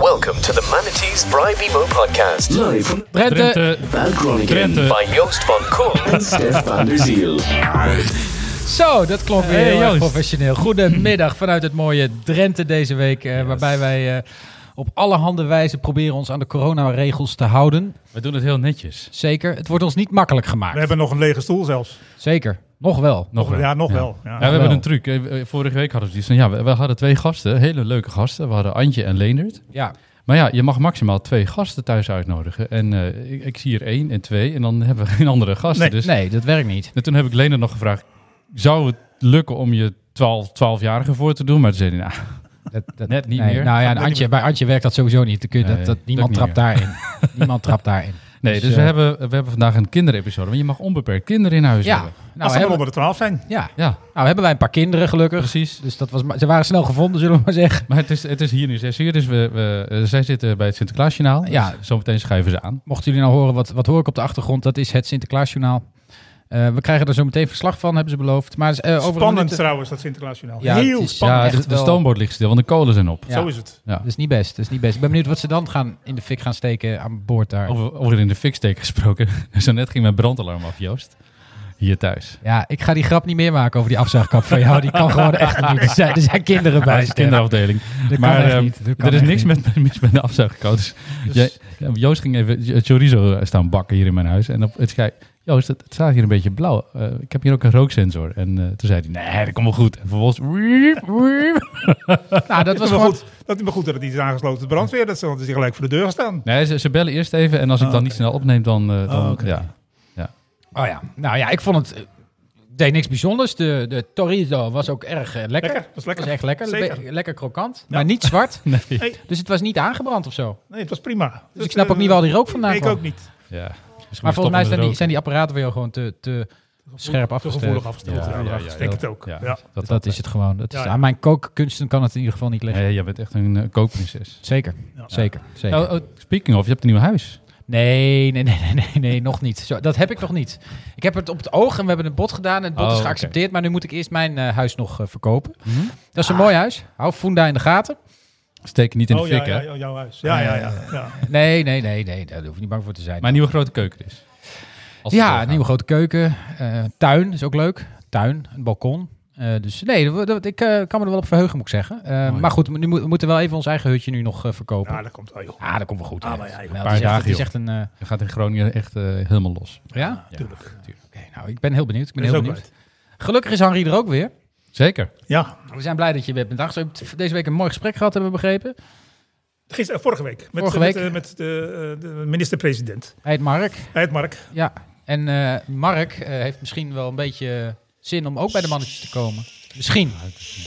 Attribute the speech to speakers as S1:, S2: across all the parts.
S1: Welcome to the Manatees Bribe Emo Podcast
S2: Live from
S3: Drenthe.
S4: Drenthe.
S2: Bad Groningen.
S4: Drenthe.
S1: by Joost van Koen
S2: En Stef van der Ziel.
S3: Zo, dat klonk weer
S4: Hey,
S3: heel erg
S4: Joost.
S3: professioneel. Goedemiddag vanuit het mooie Drenthe deze week. eh, Waarbij wij eh, op allerhande wijze proberen ons aan de coronaregels te houden.
S4: We doen het heel netjes.
S3: Zeker. Het wordt ons niet makkelijk gemaakt.
S5: We hebben nog een lege stoel zelfs.
S3: Zeker. Nog wel. Nou,
S4: Nog wel.
S5: Ja, nog
S4: Ja.
S5: wel. Ja.
S4: Ja, we hebben
S3: wel.
S4: een truc. Eh, eh, Vorige week hadden we iets van, ja, we, we hadden twee gasten, hele leuke gasten. We hadden Antje en Leendert.
S3: Ja.
S4: Maar ja, je mag maximaal twee gasten thuis uitnodigen. En eh, ik, ik zie er één en twee en dan hebben we geen andere gasten.
S5: Nee.
S4: dus.
S3: Nee, dat werkt niet.
S4: En toen heb ik Leendert nog gevraagd, zou het lukken om je 12, 12-jarige voor te doen? Maar toen zei hij, nou,
S3: Dat, dat-
S4: Net niet
S3: nee.
S4: meer.
S3: Nou ja, en
S5: Net niet
S3: Antje, bij Antje werkt dat sowieso niet. Dan kun je
S4: Nee,
S3: dat, dat,
S4: dat
S3: niemand
S4: niet
S3: trapt daarin. niemand trapt daarin.
S4: nee. Dus,
S3: eh,
S4: we, hebben, we hebben vandaag een kinderepisode, want je mag onbeperkt kinderen in huis
S3: Ja.
S4: hebben.
S3: Nou,
S5: Als ze maar
S3: hebben,
S5: onder de 12 zijn.
S3: ja.
S4: Ja,
S3: nou, hebben wij een paar kinderen gelukkig.
S4: precies.
S3: Dus dat was, ma- ze waren snel gevonden, zullen we maar zeggen.
S4: Maar het is, het is hier nu zes uur, dus we, we, eh, zij zitten bij het Sinterklaasjournaal.
S3: Ja.
S4: Dus zometeen schuiven ze aan.
S3: Mochten jullie nou horen, wat, wat hoor ik op de achtergrond? Dat is het Sinterklaasjournaal. Eh, we krijgen er zo meteen verslag van, hebben ze beloofd. Maar, eh, over een
S5: Spannend
S3: minuut-
S5: trouwens, dat Sinterklaasjournaal.
S3: Ja,
S5: Heel
S3: het is-
S5: spannend.
S4: ja,
S3: echt
S4: de, de
S3: wel.
S4: stoomboot ligt stil, want de kolen zijn op.
S3: Ja.
S5: Zo is het.
S3: Dat is niet best, dat is niet best. Ik ben benieuwd wat ze dan gaan in de fik gaan steken aan boord daar.
S4: Over, over in de fiksteek gesproken. Zo net ging mijn brandalarm af, Joost. Hier thuis.
S3: Ja, ik ga die grap niet meer maken over die afzuigkap van jou. Die kan gewoon echt niet. Er zijn, er zijn kinderen bij.
S4: Bij de
S3: Stef.
S4: kinderafdeling.
S3: Dat kan
S4: maar
S3: echt
S4: ehm,
S3: niet. Dat kan
S4: er is
S3: echt
S4: niks
S3: niet.
S4: met, mis met de afzuigkoud. Dus jij- ja, Joost ging even ch- chorizo eh, staan bakken hier in mijn huis. En op, het zei, Joost, het, het staat hier een beetje blauw. Eh, ik heb hier ook een rooksensor. En eh, toen zei hij, nee, dat komt wel goed. En vervolgens... wiep, wiep.
S3: Nou, dat
S5: Dat
S3: was
S5: is maar
S3: gewoon...
S5: goed, dat is maar goed dat het niet is aangesloten. De brandweer, dat ze dat ze gelijk voor de deur gaan staan.
S4: Nee, ze, ze bellen eerst even en als ik
S5: Oh,
S4: dan
S5: oké.
S4: niet snel opneem, dan... eh, dan
S5: Oh, oké.
S4: ja.
S3: Oh ja, nou ja, ik vond het... eh, deed niks bijzonders. De, de chorizo was ook erg eh, lekker.
S5: Lekker, dat is
S3: was
S5: lekker.
S3: echt lekker.
S5: Zeker.
S3: Le- Lekker krokant, maar niet zwart.
S4: Nee.
S3: Dus het was niet aangebrand of zo.
S5: Nee, het was prima. Dus,
S3: ik snap
S5: eh,
S3: ook niet waar die rook vandaan
S5: nee, Ik
S3: kwam.
S5: ook niet.
S4: Ja.
S3: Maar volgens mij zijn die,
S4: dat
S3: zijn die apparaten voor jou gewoon te, te scherp
S5: Te
S3: afgesteld.
S5: gevoelig afgesteld.
S4: Ja,
S5: Ja,
S4: ja, ja,
S5: ik denk
S4: dat-
S5: het ook.
S4: ja.
S5: Ja.
S3: Dat, dat is het gewoon. Dat is,
S5: Ja, ja.
S3: Aan mijn kookkunsten kan het in ieder geval niet liggen.
S4: Nee, jij bent echt een eh, kookprinses.
S3: Zeker,
S5: Ja.
S3: zeker, zeker.
S4: Nou, oh, speaking of, je hebt een nieuw huis.
S3: Nee, nee, nee, nee, nee, nee, nog niet. Zo, dat heb ik nog niet. Ik heb het op het oog en we hebben een bod gedaan. En het bod
S4: Oh,
S3: is
S4: oké.
S3: geaccepteerd. Maar nu moet ik eerst mijn eh, huis nog eh, verkopen. Dat is
S5: Ah.
S3: een mooi huis. Hou Funda in de gaten.
S4: Steek niet in de
S5: oh, ja,
S4: fik, hè?
S5: ja, ja, jouw huis. Ja, ja, ja. ja.
S3: Nee, nee, nee, nee. Daar hoef je niet bang voor te zijn.
S4: Maar een nieuwe grote keuken is. Als het
S3: ja,
S4: doorgaat.
S3: een nieuwe grote keuken. eh, tuin is ook leuk. Tuin, een balkon. Eh, dus nee, dat- dat- ik eh, kan me er wel op verheugen, moet ik zeggen. Eh,
S4: Mooi.
S3: maar goed, nu mo- we moeten wel even ons eigen hutje nu nog eh, verkopen.
S5: Ja, dat komt wel, joh.
S3: Ah, dat komt wel goed.
S5: Ah,
S3: hè.
S5: maar ja, joh.
S3: Nou, het, is
S4: Een paar
S3: echt,
S4: dagen,
S3: het is echt een... eh,
S4: Je gaat in Groningen echt eh, helemaal los.
S3: ja?
S5: Tuurlijk.
S3: Oké, nou, ik ben heel benieuwd. Ik ben
S5: Dat Ah, is
S3: heel
S5: ook
S3: benieuwd.
S5: leuk.
S3: Gelukkig is Henri er ook weer.
S4: Zeker.
S5: Ja,
S3: We zijn blij dat je weer bent. Dag, Ze hebben deze week een mooi gesprek gehad, hebben we begrepen.
S5: Gisteren, vorige week. Met,
S3: Vorige
S5: met,
S3: week.
S5: eh, met de, eh, de minister-president.
S3: Hij heet Mark.
S5: Hij heet Mark.
S3: Ja. En eh, Mark eh, heeft misschien wel een beetje zin om ook bij de mannetjes te komen. Misschien.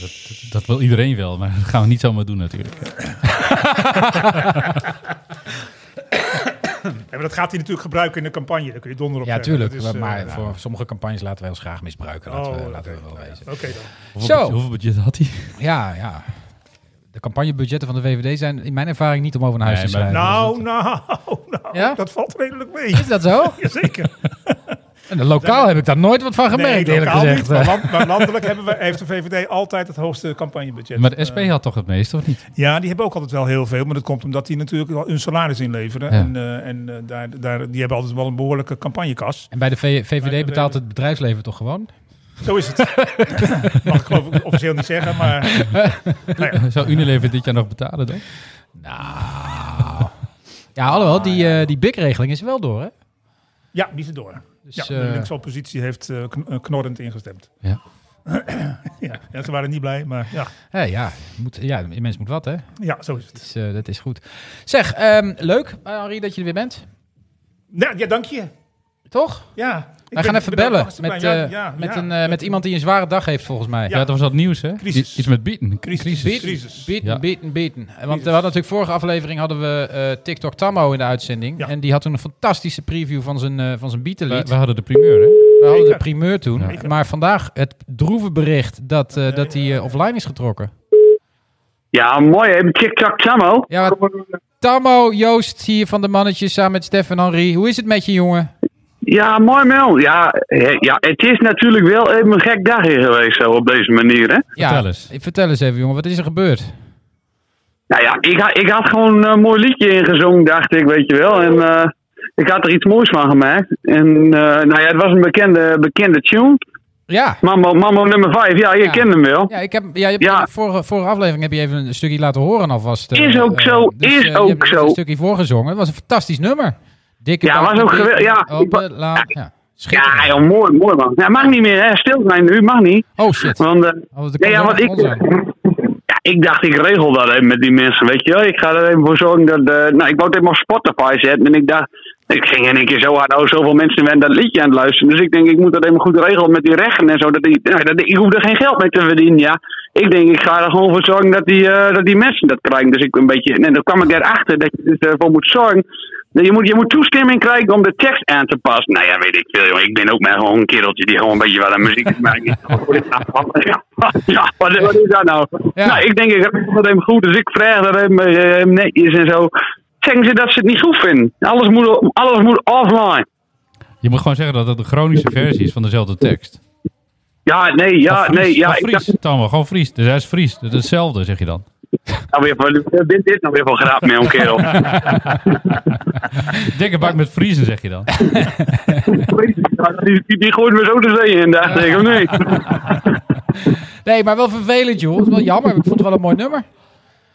S4: Dat, dat, dat wil iedereen wel, maar dat gaan we niet zomaar doen natuurlijk.
S5: Ja, maar dat gaat hij natuurlijk gebruiken in de campagne. Daar kun je donder op
S3: Ja,
S5: zeggen.
S3: tuurlijk.
S5: Dat is, eh,
S3: maar
S5: ja.
S3: voor sommige campagnes laten wij ons graag misbruiken. Laten,
S5: Oh,
S3: we, laten we wel wezen.
S5: Oké dan.
S4: Hoeveel,
S3: Zo.
S4: budget, hoeveel budget had hij?
S3: Ja, ja. De campagnebudgetten van de VVD zijn in mijn ervaring niet om over naar huis
S4: Nee,
S3: te
S4: maar-
S3: schrijven.
S5: Nou, nou, nou.
S3: Ja?
S5: Dat valt redelijk mee.
S3: Is dat zo?
S5: Jazeker.
S3: En de lokaal heb ik daar nooit wat van gemerkt, eerlijk
S5: lokaal
S3: gezegd.
S5: niet, maar, land- maar landelijk hebben we, heeft de VVD altijd het hoogste campagnebudget.
S4: Maar de SP had toch het meeste, of niet?
S5: Ja, die hebben ook altijd wel heel veel. Maar dat komt omdat die natuurlijk wel hun salaris inleveren.
S4: Ja.
S5: En, eh, en eh, daar, daar, die hebben altijd wel een behoorlijke campagnekas.
S3: En bij de V-
S5: Bij
S3: VVD
S5: de
S3: betaalt
S5: VVD.
S3: het bedrijfsleven toch gewoon?
S5: Zo is het. Mag ik geloof ik officieel niet zeggen, maar... Nou ja.
S4: Zou Unilever dit jaar nog betalen dan?
S3: Nou. Ja, alhoewel,
S5: Ah,
S3: die, eh die BIC-regeling is wel door, hè?
S5: Ja, die is er door.
S3: Dus,
S5: Ja, de
S3: eh,
S5: linkse oppositie heeft eh, kn- eh, knorrend ingestemd.
S4: Ja.
S5: ja, ja, ze waren niet blij, maar ja,
S3: hé, ja, moet, ja, een mens moet wat, hè?
S5: ja zo is het.
S3: Dus, eh, dat is goed. Zeg, ehm, leuk, eh, Henri, dat je er weer bent.
S5: Nou, ja, dank je.
S3: Toch?
S5: Ja. ik
S3: Wij
S5: ben-
S3: gaan even
S5: ik ben ook
S3: bellen
S5: hartstikke
S3: met,
S5: blij. Ja,
S3: eh,
S5: ja,
S3: met,
S5: ja.
S3: een, eh, met iemand die een zware dag heeft, volgens mij.
S4: Ja, dat was dat nieuws, hè?
S5: Crisis.
S4: Iets met bieten.
S5: Crisis.
S4: Crisis.
S5: crisis.
S3: Bieten,
S4: Ja.
S3: bieten, bieten. Eh, Want we
S5: Jezus.
S3: hadden natuurlijk vorige aflevering hadden we eh, TikTok Tammo in de uitzending.
S5: Ja.
S3: En die had toen een fantastische preview van zijn, eh van zijn
S4: We,
S3: bietenlied.
S4: we hadden de primeur, hè?
S3: We hadden de
S5: Zeker.
S3: primeur toen.
S5: Ja.
S3: Maar vandaag het droeve bericht dat, eh, dat hij eh, offline is getrokken.
S6: Ja, mooi hè. TikTok Samo.
S3: Ja, wat- Tammo, Joost hier van de mannetjes samen met Stef en Henri. Hoe is het met je, jongen?
S6: Ja, mooi Mel. Ja, hè, ja, het is natuurlijk wel even een gek dag hier geweest zo op deze manier hè.
S3: Ja,
S4: Vertel eens.
S3: eh, Vertel eens even, jongen. Wat is er gebeurd?
S6: Nou ja, ik, ha- ik had gewoon een eh, mooi liedje ingezongen, dacht ik, weet je wel. En eh, ik had er iets moois van gemaakt. En eh, nou ja, het was een bekende, bekende tune.
S3: Ja.
S6: Mambo, Mambo nummer 5, ja, je
S3: Ja.
S6: kent hem wel.
S3: Ja, ik heb, ja, je hebt
S6: Ja.
S3: in de vorige, vorige aflevering heb je even een stukje laten horen alvast. eh,
S6: Is ook
S3: eh,
S6: zo,
S3: dus,
S6: is
S3: eh, je
S6: ook
S3: hebt
S6: zo.
S3: een stukje voorgezongen. Het was een fantastisch nummer. Dikke
S6: Ja,
S3: dag,
S6: was ook
S3: dikke
S6: gewel- ja,
S3: open
S6: ik wa-
S3: laan, ja. Schitterend.
S6: Ja, joh, mooi, mooi man. Ja, mag niet meer, hè? Stil zijn nu, mag niet.
S3: Oh shit.
S6: Want, eh,
S3: Oh, dat
S6: ja, ja,
S3: komt
S6: want
S3: wel
S6: ik,
S3: van ons aan.
S6: ja, ik dacht, ik regel dat even met die mensen, weet je wel. Ik ga er even voor zorgen dat... eh, nou, ik wou het even op Spotify zetten en ik dacht... Ik ging in één keer zo hard, oh, zoveel mensen zijn dat liedje aan het luisteren. Dus ik denk, ik moet dat even goed regelen met die rechten en zo. Dat die, nou, dat, ik hoef er geen geld mee te verdienen, ja. Ik denk, ik ga er gewoon voor zorgen dat die, eh, dat die mensen dat krijgen. Dus ik een beetje... En dan kwam ik erachter dat je dus ervoor moet zorgen... Je moet, je moet toestemming krijgen om de tekst aan te passen. Nou ja, weet ik veel, jongen. Ik ben ook maar gewoon een kereltje die gewoon een beetje wat aan muziek maakt. ja, ja, wat, wat is dat nou?
S3: Ja.
S6: Nou, ik denk, ik heb dat hem goed, dus ik vraag dat hem eh, hem netjes en zo. Zeggen ze dat ze het niet goed vinden? Alles moet, alles moet offline.
S4: Je moet gewoon zeggen dat dat de Groningse versie is van dezelfde tekst.
S6: Ja, nee, ja,
S4: Van Fries,
S6: Ah, nee, ja.
S4: van
S6: Ik
S4: Fries,
S6: dacht,
S4: Tamme, gewoon Fries. Dus hij is Fries. Dat is hetzelfde, zeg je dan.
S6: nou weer van, eh, dit dit nou weer van grap met een kerel.
S4: Dikke bak met Friesen, zeg je dan.
S6: die, die, die gooit me zo te zeeën in, dacht ik, of niet?
S3: Nee, maar wel vervelend, joh. Het is wel jammer. Ik vond het wel een mooi nummer.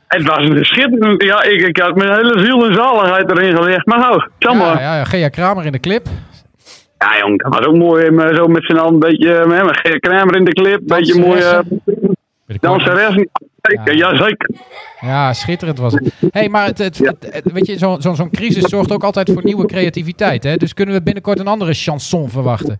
S6: Het was een schitterend, ja, ik, ik had mijn hele ziel en zaligheid erin gelegd. Maar nou,
S3: Ja,
S6: jammer.
S3: ja, ja, Gea Kramer in de clip.
S6: Ja, jong, dat was ook mooi. hem, eh, Zo met z'n hand, een beetje eh, hè, met Gerrit Kramer in de clip. beetje mooi eh,
S4: Met de koor-
S6: danseres. Zeker, ja. zeker.
S3: Ja, schitterend was het. hey, maar het, het, het- het- weet je, zo- zo- zo'n crisis zorgt ook altijd voor nieuwe creativiteit. Hè? Dus kunnen we binnenkort een andere chanson verwachten?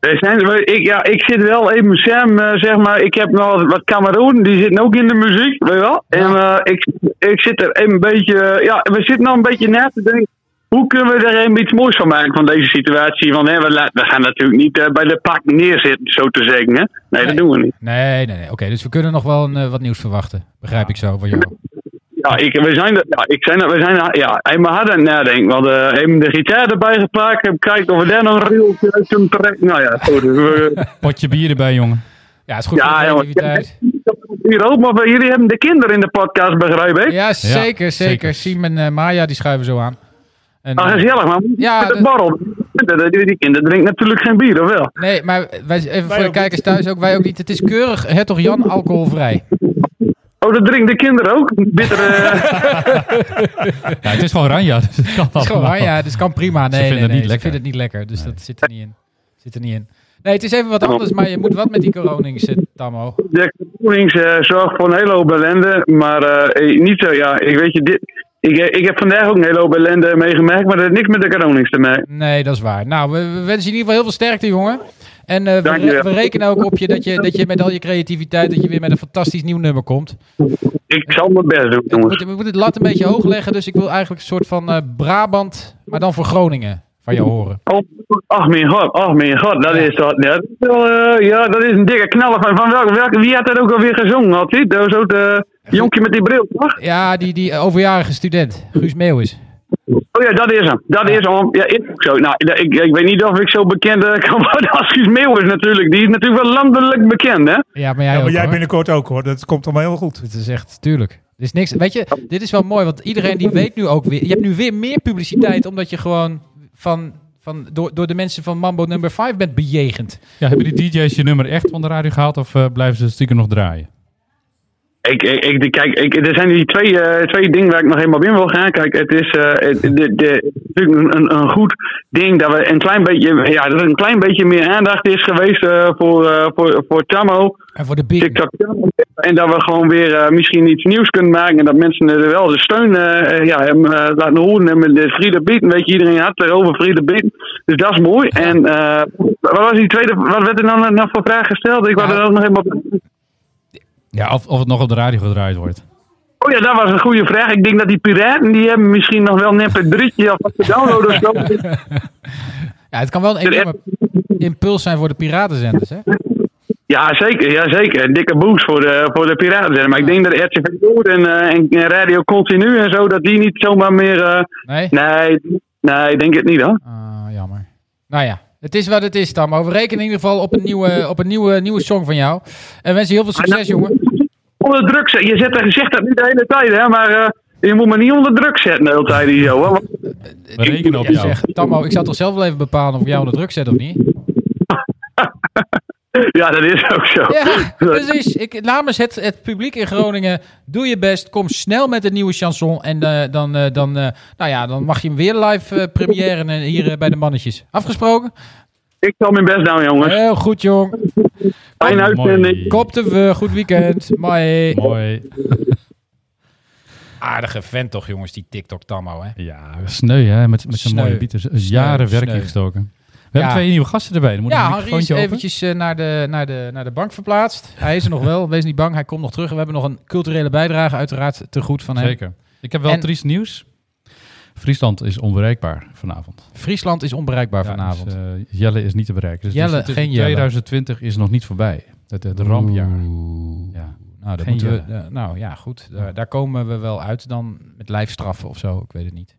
S6: Er Eh, zijn, ik, ja, ik zit wel even Sam, eh, zeg maar. Ik heb nog wat- wat Cameroen, die zitten ook in de muziek, weet je wel. En eh, ik, ik zit er even een beetje, eh, ja, we zitten nog een beetje na te denken. Hoe kunnen we er even iets moois van maken van deze situatie? Want hè, we, la- we gaan natuurlijk niet eh, bij de pak neerzitten, zo te zeggen. Hè? Nee, dat doen we niet.
S3: Nee, nee, nee. Oké, dus we kunnen nog wel een, eh, wat nieuws verwachten. Begrijp ik zo van jou.
S6: Ja, ik, we zijn er, ja, ik zijn er, we zijn er, ja, even hard aan het nadenken. Want eh even de gitaar erbij gepakt, even kijken of we daar nog een reeltje uit kunnen trekken. Nou ja, goed. dus we-
S4: Potje bier erbij, jongen.
S3: Ja, het is goed
S6: Ja,
S3: voor de
S6: jongen.
S3: creativiteit.
S6: Hier ook, maar jullie hebben de kinderen in de podcast, begrijp ik?
S3: Ja, zeker, Dus- zeker.
S4: zeker.
S3: Simon en eh, Maya, die schuiven zo aan. En,
S6: Ah,
S3: eh,
S6: gezellig, man.
S3: Ja,
S6: Met
S3: dat-
S6: de borrel. Die, die kinderen drinken natuurlijk geen bier, of wel?
S3: nee, maar wij, even voor de
S5: ook
S3: kijkers thuis ook, wij ook niet. Het is keurig Hertog Jan alcoholvrij.
S6: Oh, dat drinken de kinderen ook? eh, Bittere...
S4: Ja, het is gewoon Ranja, dus het kan
S3: Het is gewoon,
S4: allemaal.
S3: ja, dus kan prima. Nee,
S4: vinden
S3: nee,
S4: het
S3: nee,
S4: niet
S3: ze
S4: lekker.
S3: vinden het niet lekker, dus dat zit er niet in. Zit er niet in. Nee, het is even wat anders, maar je moet wat met die Coronings, eh, Tammo.
S6: de koning eh, zorgt voor een hele hoop ellende, maar eh, eh, niet zo, ja, ik weet je, dit... Ik, eh, ik heb vandaag ook een hele hoop ellende meegemaakt, maar dat heeft niks met de Gronings te maken.
S3: Nee, dat is waar. Nou, we, we wensen je in ieder geval heel veel sterkte, jongen. En eh, we,
S6: Dankjewel.
S3: re- we rekenen ook op je dat, je dat je met al je creativiteit, dat je weer met een fantastisch nieuw nummer komt.
S6: Ik zal mijn best doen,
S3: We
S6: jongens.
S3: moeten, we moeten het lat een beetje hoog leggen, dus ik wil eigenlijk een soort van eh, Brabant, maar dan voor Groningen, van jou horen.
S6: Oh, ach mijn god, ach mijn god, dat is dat. Dat is wel, eh, ja, dat is een dikke knaller. Van, van welke, welke, wie had dat ook alweer gezongen? Had hij? Dat was ook de eh, jonkje met die bril, toch?
S3: Ja, die, die overjarige student, Guus Meeuwis.
S6: Oh ja, dat is hem. Dat is hem. Ja, is ook zo. Nou, ik, ik, ik weet niet of ik zo bekend eh, kan worden als Guus Meeuwis natuurlijk. Die is natuurlijk wel landelijk bekend, hè?
S3: Ja, maar jij
S5: Ja,
S3: ook,
S5: maar jij
S3: hoor.
S5: binnenkort ook hoor. Dat komt allemaal heel goed.
S3: Het is echt, tuurlijk. Er is niks. Weet je, dit is wel mooi, want iedereen die weet nu ook weer. Je hebt nu weer meer publiciteit, omdat je gewoon van, van, door, door de mensen van Mambo Number 5 bent bejegend.
S4: Ja, hebben die DJ's je nummer echt van de radio gehaald of eh, blijven ze stiekem nog draaien?
S6: Ik, ik, ik, kijk, ik, er zijn die twee, eh, twee dingen waar ik nog helemaal in wil gaan. Kijk, het is eh, het- de, de, natuurlijk een, een goed ding dat, we een klein beetje, ja, dat er een klein beetje meer aandacht is geweest eh, voor, eh, voor, voor Tammo.
S3: En voor de big.
S6: TikTok. En dat we gewoon weer eh, misschien iets nieuws kunnen maken. En dat mensen er wel de steun eh, eh, ja, hem, eh, laten horen. En met de Frida Bieten. Weet je, iedereen had het erover Frida Bieten. Dus dat is mooi. En eh, wat was die tweede? Wat werd er nou, nou voor vraag gesteld? Ik was
S3: Ja.
S6: er ook nog helemaal.
S4: Ja, of, of het nog op de radio gedraaid wordt.
S6: Oh ja, dat was een goede vraag. Ik denk dat die piraten die hebben misschien nog wel net een drietje of wat te downloaden of zo.
S3: Ja, het kan wel een enorme impuls zijn voor de piratenzenders. Hè?
S6: Ja, zeker. Ja, zeker. Een dikke boost voor de, voor de piraten. zeg Maar ik denk dat RTV Noord en, eh, en en Radio Continu en zo, dat die niet zomaar meer... eh,
S3: Nee?
S6: nee, nee, ik denk het niet hoor.
S3: Ah, jammer. Nou ja, het is wat het is
S6: nou-
S3: dan. Maar we rekenen in ieder geval op een nieuwe, op een nieuwe, nieuwe song van jou. En wensen je heel veel succes, Ah, jongen.
S6: onder druk zetten. Je, zet, je zegt dat niet de hele tijd, hè, maar eh, je moet me niet onder druk zetten de hele tijd hier zo. Hè, want
S4: We rekenen op
S3: Ja,
S4: jou.
S3: zeg, Tammo, ik zou toch zelf wel even bepalen of ik jou onder druk zet of niet?
S6: Ja, dat is ook zo.
S3: Ja, dus- precies. Ik, namens het, het publiek in Groningen, doe je best. Kom snel met een nieuwe chanson. En eh, dan, eh, dan, eh, nou ja, dan mag je hem weer live eh premiëren eh, hier eh, bij de mannetjes. Afgesproken?
S6: Ik zal mijn best doen, jongens.
S3: Heel goed, jong.
S6: Fijne uitzending.
S3: Kop de we, goed weekend. Mooi.
S4: Mooi.
S3: Aardige vent toch, jongens, die TikTok-tammo, hè?
S4: Ja, sneu hè, met, met zijn
S3: Sneu.
S4: mooie bieten. Jaren werk
S3: sneu.
S4: ingestoken. We hebben
S3: Ja.
S4: twee nieuwe gasten erbij. Dan moet
S3: Ja,
S4: een
S3: Henri is
S4: microfoontje open.
S3: eventjes eh, naar de, naar, de, naar de bank verplaatst. Hij is er nog wel, wees niet bang, hij komt nog terug. En we hebben nog een culturele bijdrage uiteraard te goed van hem.
S4: Zeker. Ik heb wel
S3: En-
S4: triest nieuws. Friesland is onbereikbaar vanavond.
S3: Friesland is onbereikbaar
S4: Ja,
S3: vanavond.
S4: dus, eh, Jelle is niet te bereiken. Dus
S3: Jelle,
S4: het is-
S3: geen Jelle.
S4: 2020 is nog niet voorbij. Het, het rampjaar.
S3: Oeh.
S4: Ja.
S3: Nou, dat
S4: Geen
S3: moeten we,
S4: Jelle.
S3: eh, nou ja, goed. Daar, daar komen we wel uit dan met lijfstraffen of zo. Ik weet het niet.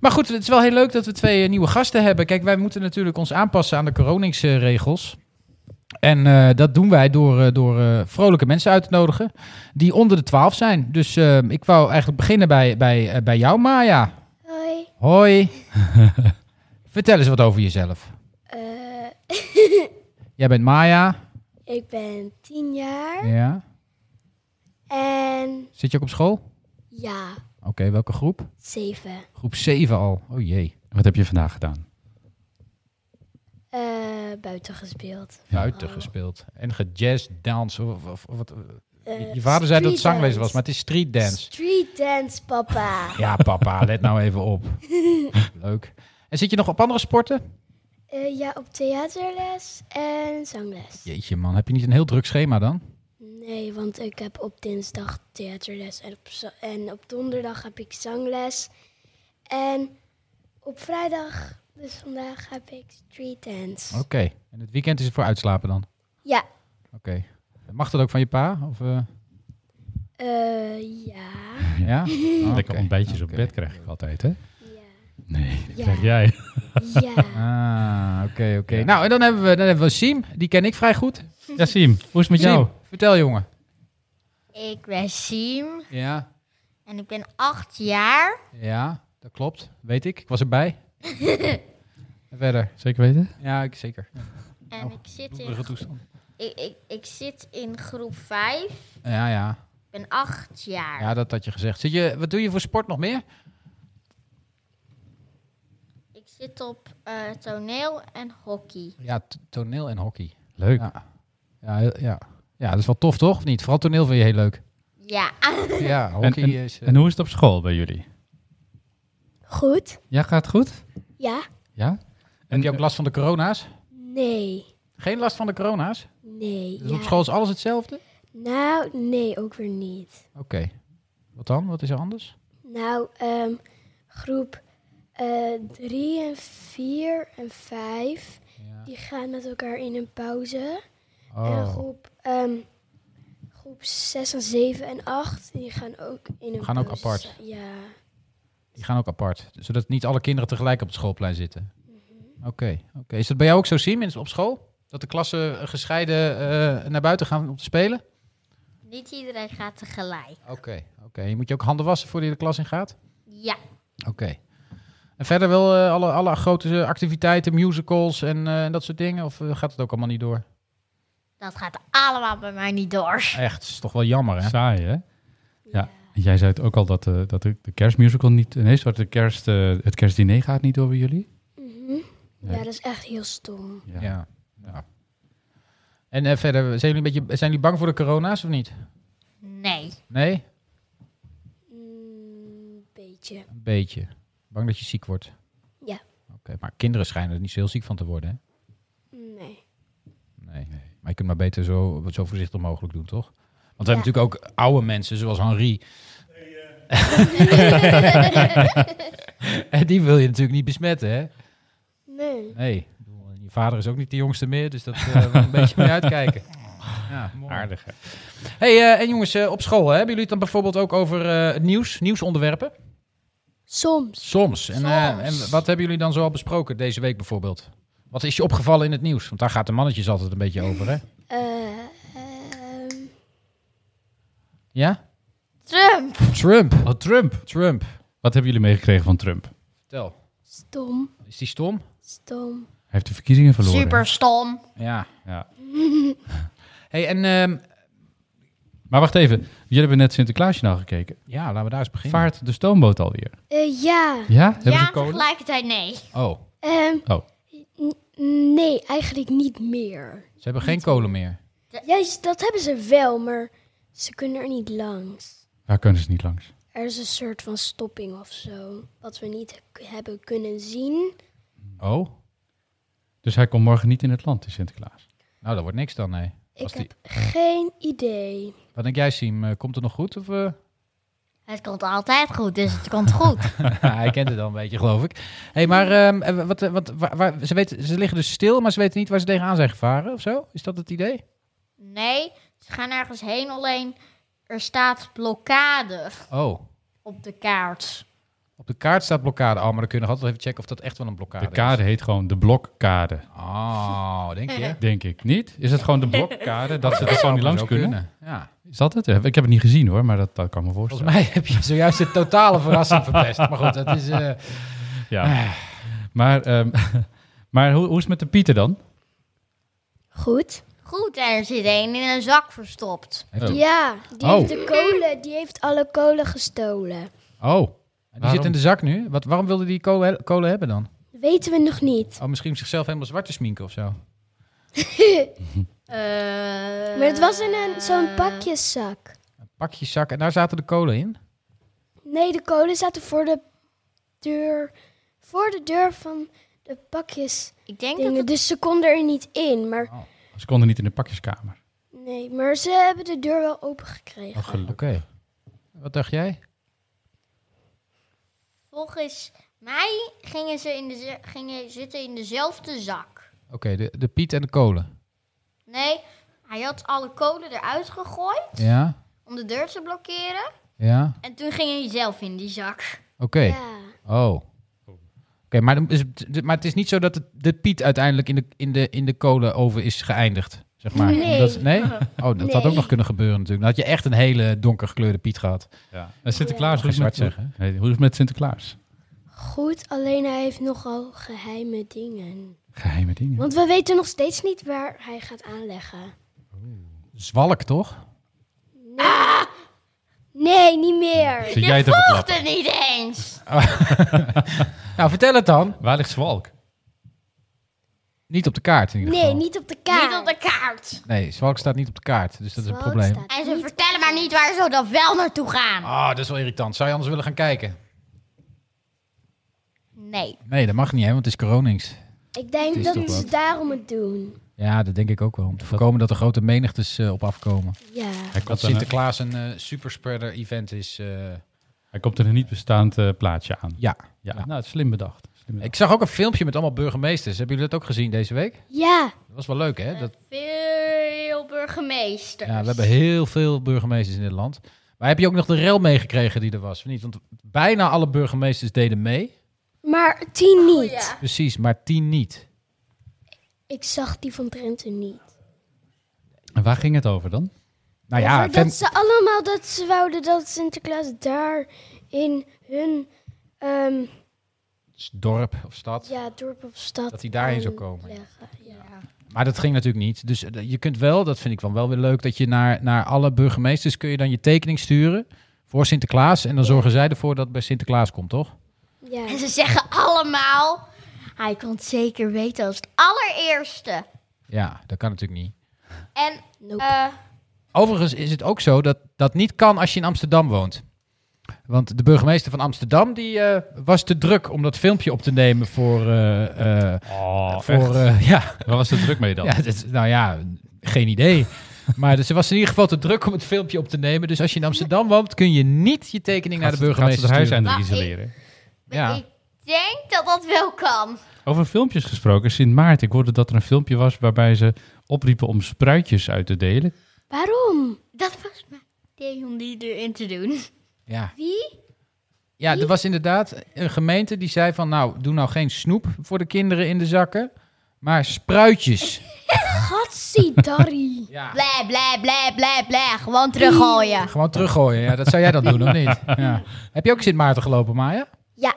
S3: Maar goed, het is wel heel leuk dat we twee eh, nieuwe gasten hebben. Kijk, wij moeten natuurlijk ons aanpassen aan de coroningsregels. En eh, dat doen wij door, eh, door eh, vrolijke mensen uit te nodigen die onder de 12 zijn. Dus eh, ik wou eigenlijk beginnen bij, bij, eh, bij jou, Maya.
S2: Hoi.
S3: Hoi. Vertel eens wat over jezelf.
S2: Eh,
S3: Jij bent Maya.
S2: ik ben 10 jaar.
S3: Ja.
S2: En
S3: Zit je ook op school?
S2: ja,
S3: Oké, welke groep?
S2: 7.
S3: Groep 7 al. Oh jee.
S4: Wat heb je vandaag gedaan?
S2: Eh buiten gespeeld.
S3: Buiten gespeeld. En gejazz, dance. Of, of, of wat.
S2: Eh,
S3: Je vader zei dat het
S2: street
S3: zanglezer was,
S2: dance.
S3: maar het is street dance.
S2: Street dance, papa.
S3: Ja, papa, let nou even op. Leuk. En zit je nog op andere sporten?
S2: Eh, ja, op theaterles en zangles.
S3: Jeetje man, heb je niet een heel druk schema dan?
S2: Nee, want ik heb op dinsdag theaterles en op, za- en op donderdag heb ik zangles. En op vrijdag, dus vandaag, heb ik street dance.
S3: Oké. En het weekend is het voor uitslapen dan?
S2: Ja,
S3: Oké. Mag dat ook van je pa? Of, eh,
S2: eh, ja,
S3: ja? Oh,
S4: Lekker
S3: oké.
S4: ontbijtjes op
S3: Oké.
S4: bed krijg ik altijd, hè?
S2: ja,
S4: Nee, dat
S2: Ja.
S4: krijg jij.
S2: ja.
S3: Ah, oké, oké. Nou, en dan hebben, we, dan hebben we Siem. Die ken ik vrij goed.
S4: Ja, Siem, hoe is het met jou?
S3: Siem, vertel jongen.
S7: Ik ben Siem
S3: Ja.
S7: en ik ben acht jaar.
S3: Ja, dat klopt. Weet ik. Ik was erbij. En Verder.
S4: Zeker weten?
S3: Ja, ik, zeker.
S7: En ik, zit in,
S3: Bloedige toestand.
S7: ik, ik, ik zit in groep vijf.
S3: Ja, ja.
S7: Ik ben acht jaar.
S3: Ja, dat had je gezegd. Zit je, wat doe je voor sport nog meer?
S7: Ik zit op eh, toneel en hockey.
S3: Ja, t- toneel en hockey.
S4: Leuk.
S3: Ja. Ja, heel- ja. ja, dat is wel tof, toch? Of niet? Vooral toneel vind je heel leuk.
S7: Ja,
S3: Ja,
S4: En,
S3: hockey
S4: en,
S3: is... eh,
S4: en hoe is het op school bij jullie?
S2: Goed?
S4: Ja, gaat het goed?
S2: Ja?
S4: Ja?
S3: heb je ook last van de corona's?
S2: Nee.
S3: Geen last van de corona's?
S2: Nee.
S3: Dus
S2: ja.
S3: op school is alles hetzelfde?
S2: Nou, nee, ook weer niet.
S3: Oké. Wat dan? Wat is er anders?
S2: Nou, ehm, groep 3 en 4 en 5,
S3: Ja.
S2: die gaan met elkaar in een pauze. En
S3: Oh,
S2: groep, ehm, groep 6 en 7 en 8, die gaan ook in een
S3: Gaan ook
S2: pauze
S3: apart.
S2: zijn. Ja.
S3: die gaan ook apart. Zodat niet alle kinderen tegelijk op het schoolplein zitten. Oké. oké. Is dat bij jou ook zo, Siem, in- op school? Dat de klassen eh, gescheiden eh, naar buiten gaan om te spelen?
S7: niet iedereen gaat tegelijk.
S3: Oké. oké. Je moet je ook handen wassen voordat je de klas in gaat?
S7: Ja,
S3: Oké. En verder wel eh, alle, alle grote activiteiten, musicals en, eh, en dat soort dingen? Of eh, gaat het ook allemaal niet door?
S7: dat gaat allemaal bij mij niet door.
S3: Echt, is toch wel jammer, hè?
S4: Saai, hè? Ja. Jij zei het ook al dat, eh, dat de, de kerstmusical niet... Nee, sorry, de kerst, eh, het kerstdiner gaat niet door bij jullie?
S2: Mhm. ja, dat is echt heel stom.
S3: Ja. ja. En eh, verder, zijn jullie, een beetje, zijn jullie bang voor de corona's of niet?
S7: Nee,
S3: Nee?
S2: Een Mm, beetje.
S3: Een beetje. Bang dat je ziek wordt.
S2: Ja.
S3: Oké, maar kinderen schijnen er niet zo heel ziek van te worden, hè?
S2: Nee.
S3: Nee. Maar je kunt maar beter zo, zo voorzichtig mogelijk doen, toch? Want we
S2: Ja.
S3: hebben natuurlijk ook oude mensen, zoals Henri. en die wil je natuurlijk niet besmetten, hè?
S2: Nee.
S3: Nee. Ik bedoel, en Je vader is ook niet de jongste meer, dus dat eh moet een beetje mee uitkijken. Ja, aardig. Hey, eh, en jongens, eh, op school, hè, hebben jullie het dan bijvoorbeeld ook over eh, het nieuws, nieuwsonderwerpen?
S2: Soms.
S3: Soms. En, eh,
S7: Soms.
S3: en wat hebben jullie dan zo al besproken deze week bijvoorbeeld? Wat is je opgevallen in het nieuws? Want daar gaat de mannetjes altijd een beetje over, hè?
S2: Eh, ehm,
S3: Ja?
S7: Trump.
S3: Trump.
S4: Oh, Trump.
S3: Trump.
S4: Wat hebben jullie meegekregen van Trump?
S3: Vertel.
S2: Stom,
S3: Is die stom?
S2: stom.
S4: Hij heeft de verkiezingen verloren.
S7: Super stom.
S3: Ja.
S4: Ja.
S3: hey, en ehm,
S4: Maar wacht even. Jullie hebben net Sinterklaasje nou gekeken.
S3: ja, laten we daar eens beginnen.
S4: Vaart de stoomboot alweer?
S2: Eh, ja,
S4: Ja? Hebben
S7: Ja,
S4: ze
S7: en
S4: kolen?
S7: tegelijkertijd nee.
S3: Oh,
S2: Ehm,
S4: Oh.
S2: n- nee, eigenlijk niet meer.
S3: ze hebben geen kolen meer.
S2: Juist, dat hebben ze wel, maar ze kunnen er niet langs.
S4: Daar kunnen ze niet langs.
S2: Er is een soort van stopping of zo, wat we niet k- hebben kunnen zien.
S3: Oh?
S4: Dus hij komt morgen niet in het land, die Sinterklaas.
S3: Nou, dat wordt niks dan, nee.
S2: Ik
S3: Als die-
S2: heb geen idee.
S3: Wat denk jij, Siem? Eh, Komt het nog goed? Of, eh?
S7: Het komt altijd goed, dus het komt goed.
S3: hij kent het al een beetje, geloof ik. hey, maar ehm, eh, wat, eh, wat, waar, waar- ze, weten, ze liggen dus stil, maar ze weten niet waar ze tegenaan zijn gevaren of zo? Is dat het idee?
S7: Nee, ze gaan ergens heen, alleen er staat blokkade
S3: Oh,
S7: op de kaart.
S3: op de kaart staat blokkade. Oh, maar dan kun je nog altijd even checken of dat echt wel een blokkade
S4: De kade heet gewoon de blokkade,
S3: is. Oh, denk je?
S4: denk ik. Niet? Is het gewoon de blokkade dat ze er gewoon niet langs
S3: Zou
S4: kunnen?
S3: Ja.
S4: Is dat het? Eh, Ik heb het niet gezien hoor, maar dat, dat kan me voorstellen.
S3: Volgens mij heb je zojuist de totale verrassing verpest. Maar goed, dat is... eh,
S4: Ja. Maar, ehm, maar hoe, hoe is het met de Pieter dan?
S2: Goed?
S7: Goed, en er zit één in een zak verstopt.
S2: Ja, die
S3: Oh.
S2: heeft de kolen, die heeft alle kolen gestolen.
S3: Oh, die zit
S4: Waarom?
S3: in de zak nu. Wat, waarom wilde die kolen, kolen hebben dan?
S2: Dat weten we nog niet.
S3: Oh, misschien om zichzelf helemaal zwart te sminken of zo.
S7: Eh,
S2: Maar het was in een- zo'n pakjeszak.
S3: Pakje zak en daar zaten de kolen in.
S2: Nee, de kolen zaten voor de deur, voor de deur van de pakjes.
S7: Ik denk dat
S2: Dingen,
S7: het...
S2: dus ze konden er niet in. Maar
S3: Oh.
S4: Ze konden niet in de pakjeskamer.
S2: nee, maar ze hebben de deur wel opengekregen.
S3: Oké. Wat dacht jij?
S7: Volgens mij gingen ze in de, ze- gingen zitten in dezelfde zak.
S3: Oké, de, de Piet en de kolen.
S7: Nee, hij had alle kolen eruit gegooid
S3: Ja,
S7: om de deur te blokkeren.
S3: ja.
S7: En toen ging hij zelf in die zak.
S3: Oké.
S2: Ja.
S3: Oh. Oké, maar, dan is het- de- maar het is niet zo dat het, de Piet uiteindelijk in de, in, de, in de kolenoven is geëindigd. Zeg maar.
S2: Nee.
S3: Omdat- nee? Oh, dat had ook
S2: Nee.
S3: nog kunnen gebeuren natuurlijk. Dan had je echt een hele donkergekleurde Piet gehad.
S4: Ja. En Sinterklaas,
S3: Ja.
S4: hoe, is het met,
S3: Geen zwart zeggen,
S4: Nee, hoe is het met Sinterklaas?
S2: Goed, alleen hij heeft nogal geheime dingen.
S4: Geheime dingen.
S2: Want we weten nog steeds niet waar hij gaat aanleggen.
S3: Zwalk, toch?
S2: Nee, niet meer.
S4: Zit jij te
S7: Vroeg
S4: verklappen?
S7: het niet eens!
S3: Nou, vertel het dan.
S4: Waar ligt Zwalk?
S3: Niet op de kaart in ieder
S2: Nee,
S3: geval.
S2: niet op de kaart.
S7: Niet op de kaart.
S3: Nee, Zwalk staat niet op de kaart, dus dat is een
S2: Zwalk
S3: probleem.
S2: staat-
S7: En ze vertellen maar niet waar ze dan wel naartoe gaan.
S3: Ah, dat is wel irritant. Zou je anders willen gaan kijken?
S7: Nee.
S3: Nee, dat mag niet, hè, want het is coronings.
S2: Ik denk
S3: Het is
S2: dat
S3: toch
S2: ze
S3: wat?
S2: daarom het doen.
S3: Ja, dat denk ik ook wel. Om te voorkomen dat er grote menigtes eh, op afkomen.
S2: Ja.
S4: Hij
S3: Dat
S4: komt, er,
S3: Sinterklaas een eh, superspreader-event is. eh,
S4: hij komt er een niet bestaand eh, plaatje aan.
S3: ja.
S4: Ja, nou, het is slim bedacht. Slim bedacht.
S3: Ik zag ook een filmpje met allemaal burgemeesters. Hebben jullie dat ook gezien deze week?
S2: Ja.
S3: Dat was wel leuk, hè?
S7: Eh,
S3: Dat,
S7: Veel burgemeesters.
S3: ja, we hebben heel veel burgemeesters in dit land. Maar heb je ook nog de rel meegekregen die er was? Of niet? Want bijna alle burgemeesters deden mee.
S2: Maar tien niet.
S7: Oh, ja.
S3: Precies, maar tien niet.
S2: Ik zag die van Drenthe niet.
S4: En waar ging het over dan?
S3: Nou
S2: Over
S3: ja,
S2: dat
S3: Fem-
S2: ze allemaal dat ze wouden dat Sinterklaas daar in hun ehm,
S3: dorp of stad.
S2: ja, dorp of stad.
S3: Dat hij daarin zou komen, ja.
S2: aanleggen, Ja.
S3: Maar dat ging natuurlijk niet. Dus eh, je kunt wel, dat vind ik dan wel weer leuk, dat je naar, naar alle burgemeesters kun je dan je tekening sturen voor Sinterklaas. En dan zorgen zij ervoor dat het bij Sinterklaas komt, toch?
S2: Ja.
S7: En ze zeggen allemaal... Hij kon het zeker weten als het allereerste.
S3: Ja, dat kan natuurlijk niet.
S7: En
S2: Nope.
S7: eh,
S3: Overigens is het ook zo dat dat niet kan als je in Amsterdam woont. Want de burgemeester van Amsterdam die, eh, was te druk om dat filmpje op te nemen voor. eh, eh,
S4: Oh,
S3: voor eh, ja,
S4: Waar was er druk mee dan?
S3: Ja, dat is- nou ja, geen idee. maar dus ze was in ieder geval te druk om het filmpje op te nemen. Dus als je in Amsterdam woont, kun je niet je tekening naar de burgemeester
S4: Gaat ze
S3: sturen.
S4: het huis
S7: Maar ik-
S4: isoleren?
S3: Ja.
S7: ik denk dat dat wel kan.
S4: Over filmpjes gesproken, Sint Maarten. Ik hoorde dat er een filmpje was waarbij ze opriepen om spruitjes uit te delen.
S2: Waarom?
S7: Dat was mijn idee om die erin te doen.
S3: Ja.
S7: Wie?
S3: ja, er was inderdaad een gemeente die zei van... nou, doe nou geen snoep voor de kinderen in de zakken, maar spruitjes.
S2: Gatsidarrie.
S3: Ja.
S7: Bleh, bleh, bleh, bleh, bleh. Gewoon teruggooien.
S3: Gewoon teruggooien. Ja, dat zou jij dan doen, of niet? Ja. Heb je ook Sint Maarten gelopen, Maya?
S2: Ja.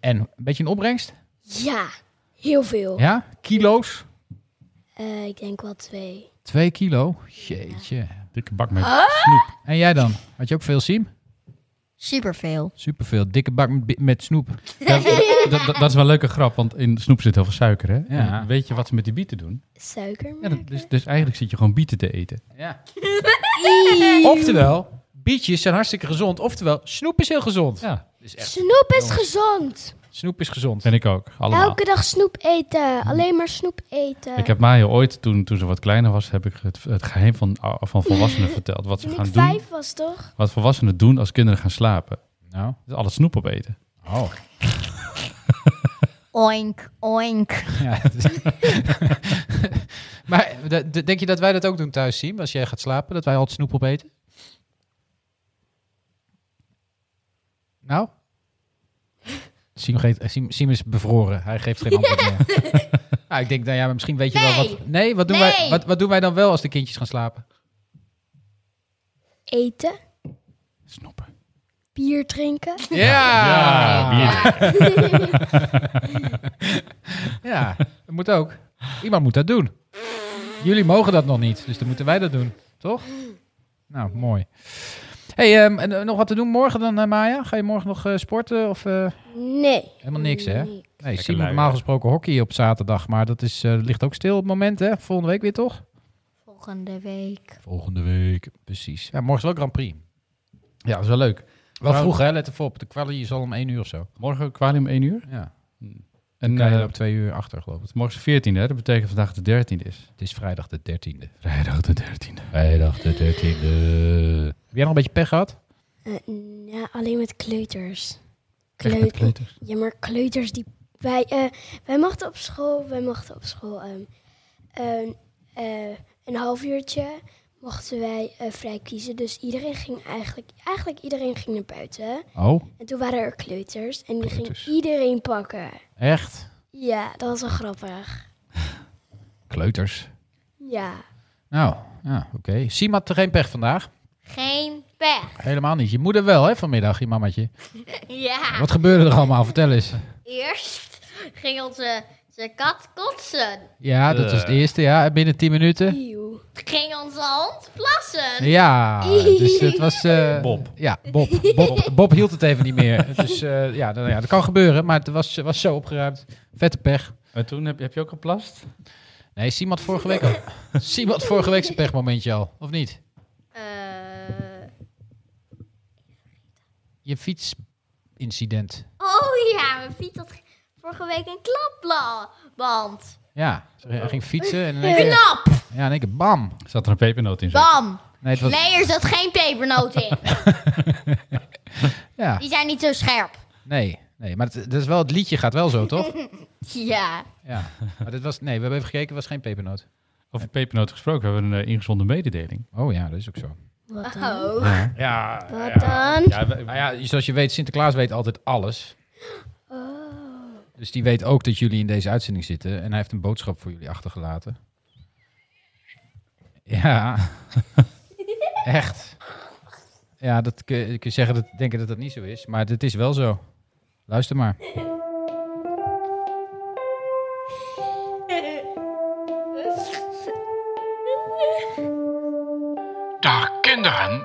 S3: En een beetje een opbrengst?
S2: Ja, heel veel.
S3: Ja? Kilo's?
S2: Eh, ik denk wel twee.
S3: Twee kilo? Jeetje.
S4: Dikke bak met
S3: En jij dan? Had je ook veel siem?
S7: Superveel.
S3: Superveel. Dikke bak met, bi- met snoep.
S4: Ja, dat, dat, dat is wel een leuke grap, want in snoep zit heel veel suiker. Hè?
S3: Ja.
S4: En weet je wat ze met die bieten doen?
S2: Suiker
S4: Ja,
S2: maken?
S4: dat- dus, dus eigenlijk zit je gewoon bieten te eten.
S3: Ja. Oftewel, bietjes zijn hartstikke gezond. Oftewel, snoep is heel gezond.
S4: Ja,
S3: Dus echt,
S2: Snoep is gezond.
S3: snoep is gezond.
S4: vind ik ook. Allemaal. Hm.
S2: Elke dag snoep eten. Alleen maar snoep eten.
S4: Ik heb Maya ooit, toen, toen ze wat kleiner was, heb ik het, het geheim van, van volwassenen verteld. Wat ze
S2: Toen
S4: gaan
S2: ik
S4: doen.
S2: vijf was, toch?
S4: Wat volwassenen doen als kinderen gaan slapen.
S3: Nou.
S4: Dus al het snoep opeten.
S3: Oh.
S7: Oink, oink.
S3: Ja. maar eh, de- de- denk je dat wij dat ook doen thuis, Siem? Als jij gaat slapen, dat wij al het snoep opeten? Nou? Siem, geeft, eh, Siem, Siem is bevroren. Hij geeft geen antwoord meer. Ah, ik denk, nou ja, maar misschien weet je wel
S7: Nee.
S3: wat... Nee, wat doen, Wij,
S7: Nee.
S3: wat, wat doen wij dan wel als de kindjes gaan slapen?
S2: Eten.
S4: Snoepen.
S2: Bier drinken.
S3: Ja!
S4: bier.
S3: Ja, dat moet ook. Iemand moet dat doen. Jullie mogen dat nog niet, dus dan moeten wij dat doen, toch? Nou, mooi. hey, ehm, en, eh, nog wat te doen morgen dan, eh, Maya? Ga je morgen nog eh, sporten of eh,
S2: Nee.
S3: helemaal niks, hè?
S2: Nee.
S3: Nee, Sim
S4: lui,
S3: normaal
S4: hè?
S3: gesproken hockey op zaterdag, maar dat is, eh, ligt ook stil op het moment, hè? Volgende week weer, toch?
S7: Volgende week.
S3: Volgende week, precies. Ja, morgen is wel Grand Prix.
S4: Ja, dat is wel leuk.
S3: Wel
S4: Nou,
S3: vroeg, hè? Let even op. De kwalie is al om 1 uur of zo.
S4: Morgen kwalie om 1 uur.
S3: Ja.
S4: En
S3: Dan kan je
S4: eh,
S3: er op 2 uur achter, geloof ik.
S4: het is morgen de 14e, hè? dat betekent vandaag de 13e is.
S3: Het is vrijdag de 13e.
S4: Vrijdag de 13e.
S3: Vrijdag de 13e. Heb jij nog een beetje pech gehad?
S2: Eh, ja, alleen met kleuters. Kleuter. Ja, maar kleuters die. Wij, eh, wij mochten op school, wij mochten op school ehm, een, eh, een half uurtje mochten wij eh, vrij kiezen. Dus iedereen ging eigenlijk, eigenlijk iedereen ging naar buiten.
S3: Oh,
S2: En toen waren er kleuters en die ging
S3: Kleuters.
S2: iedereen pakken.
S3: echt?
S2: Ja, dat was wel grappig.
S3: Kleuters.
S2: Ja.
S3: Nou, ja, oké. Siem had er geen pech vandaag.
S7: Geen pech.
S3: Helemaal niet. Je moeder wel, hè, vanmiddag, je mamatje.
S7: Ja.
S3: Wat gebeurde er allemaal? Vertel eens.
S7: Eerst ging onze, onze kat kotsen.
S3: Ja, dat was het eerste, ja. Binnen 10 minuten.
S2: Eeuw.
S7: Ging onze hond plassen.
S3: Ja, dus het was... eh,
S4: Bob.
S3: Ja, Bob. Bob. Bob hield het even niet meer. Dus eh, ja, nou ja, dat kan gebeuren, maar het was, was zo opgeruimd. Vette pech.
S4: En toen heb, heb je ook geplast?
S3: Nee, Siem had vorige week al... Siem had vorige week zijn pechmomentje al, of niet?
S7: Eh,
S3: Je fietsincident.
S7: oh ja, mijn fiets had ge- vorige week een klapband.
S3: Ja, hij ging fietsen en in één keer,
S7: Knap!
S3: ja, in één keer bam.
S4: Zat er een pepernoot in? zo?
S7: Bam!
S3: Nee, het was,
S7: Nee, er zat geen pepernoot in.
S3: ja.
S7: Die zijn niet zo scherp.
S3: Nee, nee maar het, dat is wel, het liedje gaat wel zo, toch?
S7: Ja.
S3: ja. Maar dit was, nee, we hebben even gekeken, het was geen pepernoot.
S4: Over pepernoot gesproken, we hebben een eh, ingezonde mededeling.
S3: Oh ja, dat is ook zo.
S2: Wat dan?
S7: Oh.
S4: Ja,
S2: Wat dan?
S4: ja,
S3: Nou ja, zoals je weet, Sinterklaas weet altijd alles.
S2: Oh.
S3: Dus die weet ook dat jullie in deze uitzending zitten. En hij heeft een boodschap voor jullie achtergelaten. Ja. Echt. Ja, dat kun je, kun je zeggen, dat, denken dat dat niet zo is. Maar het is wel zo. Luister maar.
S8: Dag kinderen.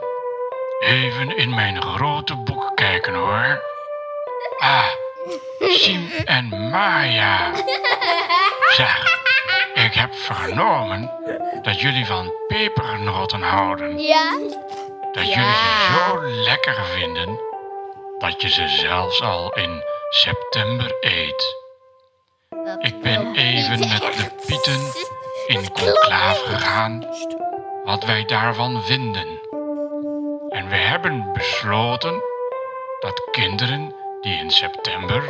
S8: Even in mijn grote boek kijken hoor. Ah, Siem en Maya. Zeg, ik heb vernomen dat jullie van pepernoten houden.
S7: Ja?
S8: Dat
S7: Ja.
S8: jullie ze zo lekker vinden dat je ze zelfs al in september eet.
S7: Dat
S8: Ik ben
S7: klopt
S8: even
S7: niet
S8: met de
S7: echt.
S8: pieten in
S7: klopt
S8: conclaaf
S7: niet.
S8: gegaan wat wij daarvan vinden. En we hebben besloten dat kinderen die in september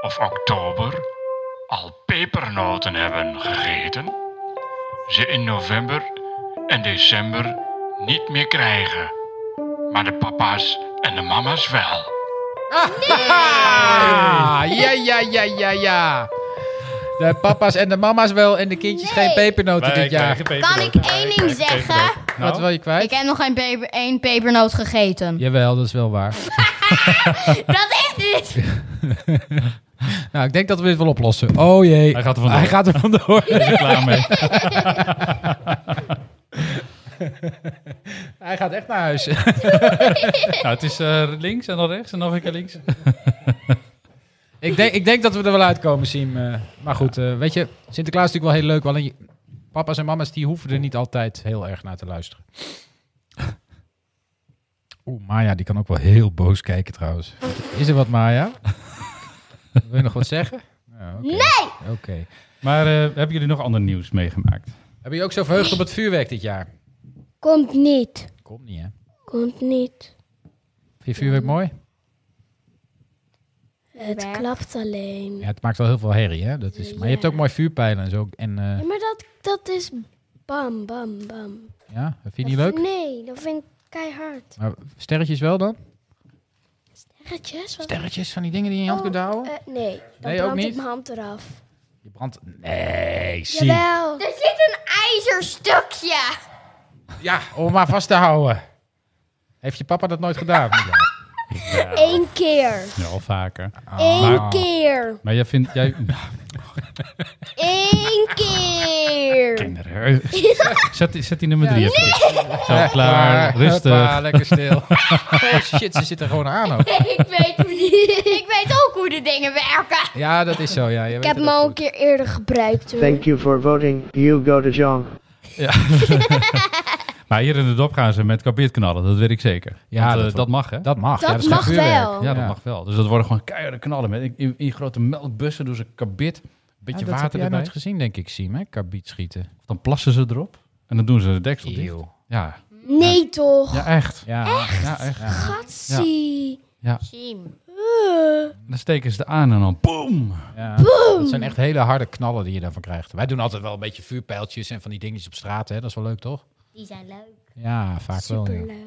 S8: of oktober al pepernoten hebben gegeten, ze in november en december niet meer krijgen. Maar de papa's en de mama's wel.
S3: Ah, ja, ja, ja, ja, ja. De papa's en de mama's wel en de kindjes
S7: Nee.
S3: geen pepernoten
S5: Wij
S3: dit jaar.
S5: krijgen
S7: Kan
S5: pepernoten.
S7: ik één ding
S5: Wij krijgen
S7: zeggen?
S5: pepernoten.
S4: Nou.
S3: Wat wil je
S7: Ik
S3: kwijt?
S7: heb nog geen peper, één pepernoot gegeten.
S3: Jawel, dat is wel waar.
S7: Dat is dus- dit.
S3: Nou, ik denk dat we dit wel oplossen. Oh jee.
S4: Hij gaat er vandoor.
S3: Hij gaat er vandoor.
S4: Is er klaar mee?
S3: Hij gaat echt naar huis.
S4: Nou, het is eh, links en dan rechts en nog een keer links.
S3: ik, denk, ik denk dat we er wel uitkomen, Siem. eh. maar goed, eh, weet je, Sinterklaas is natuurlijk wel heel leuk. Alleen je- papa's en mama's die hoeven er niet altijd heel erg naar te luisteren. Oeh, Maya, die kan ook wel heel boos kijken trouwens. Is er wat, Maya? Wil je nog wat zeggen? Nee! Oké.
S4: Maar eh, hebben jullie nog ander nieuws meegemaakt?
S3: Hebben je ook zo verheugd op het vuurwerk dit jaar?
S2: Komt niet.
S3: Komt niet, hè?
S2: Komt niet.
S3: Vind je vuurwerk mooi?
S2: Het
S7: Werk.
S2: klapt alleen.
S3: Ja, het maakt wel heel veel herrie, hè? Dat is, maar je hebt ook mooi vuurpijlen en zo. En, eh,
S2: Ja, maar dat, dat is bam, bam, bam.
S3: ja, dat vind je niet leuk?
S2: Nee, dat vind ik keihard.
S3: Maar sterretjes wel dan?
S2: Sterretjes? Wat?
S3: Sterretjes van die dingen die je in je hand kunt houden?
S2: Eh, nee, dan
S3: Nee, ook
S2: brandt
S3: niet?
S2: ik mijn hand eraf.
S3: Je brandt... Nee, zie.
S2: Jawel.
S7: Er zit een ijzerstukje.
S3: Ja, om maar vast te houden. Heeft je papa dat nooit gedaan? Ja.
S2: Eén keer.
S4: Ja, al vaker.
S3: Ah.
S2: Eén keer.
S4: Maar jij vindt... Jij...
S2: Eén keer.
S4: Kinderen. Zet, die- zet die nummer drie even. Zo, klaar.
S3: Klaar, huppa,
S4: Rustig.
S3: lekker stil. Oh shit, ze zitten gewoon aan ook.
S7: Ik weet, hoe die- ik weet ook hoe de dingen werken.
S3: Ja, dat is zo, ja. Je
S2: Ik
S3: weet
S2: heb
S3: het
S2: hem
S3: ook
S2: al een
S3: goed.
S2: keer eerder gebruikt. hoor.
S9: Thank you for voting. You go to Jong.
S4: Maar hier in de dop gaan ze met kabeert knallen. Dat weet ik zeker.
S3: Ja,
S4: Ja, dat,
S3: dat
S4: eh,
S3: wordt-
S4: dat mag, hè?
S3: Dat mag.
S2: Dat
S3: ja, is geen
S2: mag
S3: vuurwerk.
S2: wel.
S4: Ja, dat
S3: Ja.
S4: mag wel. Dus dat worden gewoon keiharde knallen. Met, in, in grote melkbussen doen ze kabit. Beetje
S3: Ja, dat heb
S4: water
S3: jij
S4: erbij.
S3: nooit gezien, denk ik, Siem, hè? Kabiet schieten.
S4: Of dan plassen ze erop. En dan doen ze de deksel dicht.
S3: Eeuw.
S4: Ja.
S2: Nee toch?
S4: ja, echt.
S3: Ja,
S4: Ja, echt.
S2: Gatsie.
S7: Siem.
S2: Eh,
S4: Dan steken ze er aan en dan boem.
S3: Ja, dat zijn echt hele harde knallen die je daarvan krijgt. Wij doen altijd wel een beetje vuurpijltjes en van die dingetjes op straat. Hè? Dat is wel leuk, toch?
S7: Die zijn leuk.
S3: Ja, vaak wel. ja.
S2: superleuk.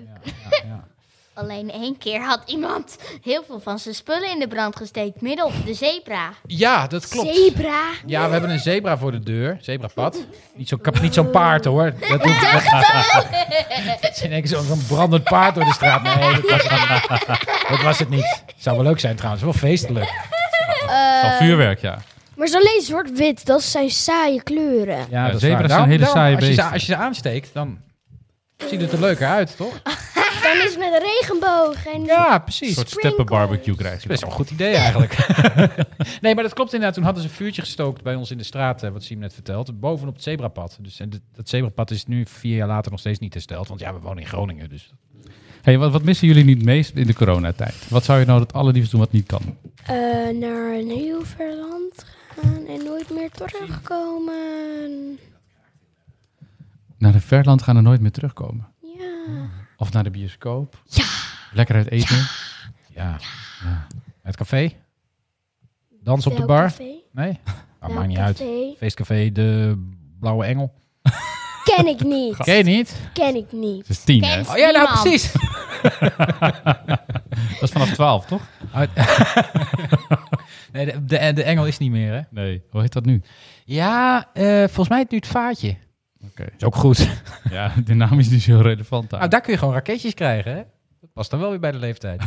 S7: Alleen één keer had iemand heel veel van zijn spullen in de brand gesteekt. Midden op de zebra.
S3: Ja, dat klopt.
S2: Zebra.
S3: Ja, we hebben een zebra voor de deur. Zebrapad. Niet zo'n kap- niet zo'n paard, hoor. Dat hoeft dat, dat is in één keer zo'n zo'n brandend paard door de straat. Nee, dat was, het- dat was het niet. Zou wel leuk zijn, trouwens. Wel feestelijk.
S4: Van vuurwerk, ja.
S2: Maar zo alleen zwart-wit, dat zijn saaie kleuren.
S3: Ja,
S4: dat is
S3: waar.
S4: zebra's zijn
S3: Daarom-
S4: hele
S3: daarom,
S4: saaie
S3: als je, ze,
S4: beesten.
S3: als je ze aansteekt, dan ziet het er leuker uit, toch?
S2: Dan is het met een regenboog en
S3: Ja,
S4: Een
S3: precies.
S4: soort steppenbarbecue krijg je.
S3: Best wel
S4: dan.
S3: een goed idee eigenlijk. nee, maar dat klopt inderdaad. Toen hadden ze een vuurtje gestookt bij ons in de straat, eh, wat Siem net vertelt, bovenop het zebrapad. Dus en dit- dat zebrapad is nu vier jaar later nog steeds niet hersteld, want ja, we wonen in Groningen. Dus.
S4: Hey, wat, wat missen jullie niet meest in de coronatijd? Wat zou je nou het allerliefst doen wat niet kan?
S2: eh, naar een heel ver land gaan en nooit meer terugkomen.
S4: Naar een verland gaan en nooit meer terugkomen.
S2: Ja.
S4: Of naar de bioscoop. Ja. Lekker uit eten.
S3: Ja. Het café? Dans op de bar? Nee? Ah, maakt niet uit. Feestcafé de Blauwe Engel.
S2: Ken ik niet.
S3: Ken je niet?
S2: Ken ik niet.
S4: Het is tien, hè?
S7: Kent
S3: Oh ja, nou
S7: niemand.
S3: precies.
S4: Dat is vanaf twaalf, toch?
S3: Nee, de, de, de Engel is niet meer, hè?
S4: Nee. Hoe heet dat nu?
S3: Ja, eh, volgens mij het nu het vaatje.
S4: Oké.
S3: Is ook goed.
S4: Ja, de naam is niet zo relevant daar.
S3: Nou, daar kun je gewoon raketjes krijgen, hè? Dat past dan wel weer bij de leeftijd.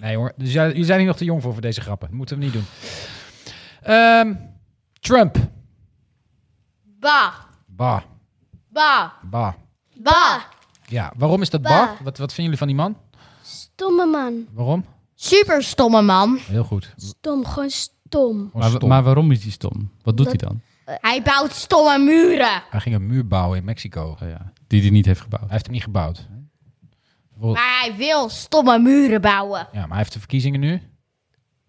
S3: nee hoor, dus jij- jullie zijn hier nog te jong voor voor deze grappen. Dat moeten we niet doen. Ehm, Trump.
S7: Ba.
S3: Bah,
S7: Ba.
S3: bah.
S7: Ba.
S3: Ja, waarom is dat bah?
S2: Bah.
S3: Wat, wat vinden jullie van die man?
S2: Stomme man.
S3: Waarom?
S7: Super stomme man.
S3: Heel goed.
S2: Stom, gewoon stom.
S4: maar,
S3: stom.
S4: maar waarom is hij stom? Wat doet
S2: Dat-
S4: hij dan?
S7: Hij bouwt stomme muren.
S3: Hij ging een muur bouwen in Mexico. Hij
S4: Oh ja, die hij niet heeft gebouwd.
S3: heeft hem niet gebouwd.
S7: Maar hij wil stomme muren bouwen.
S3: Ja, maar hij heeft de verkiezingen nu.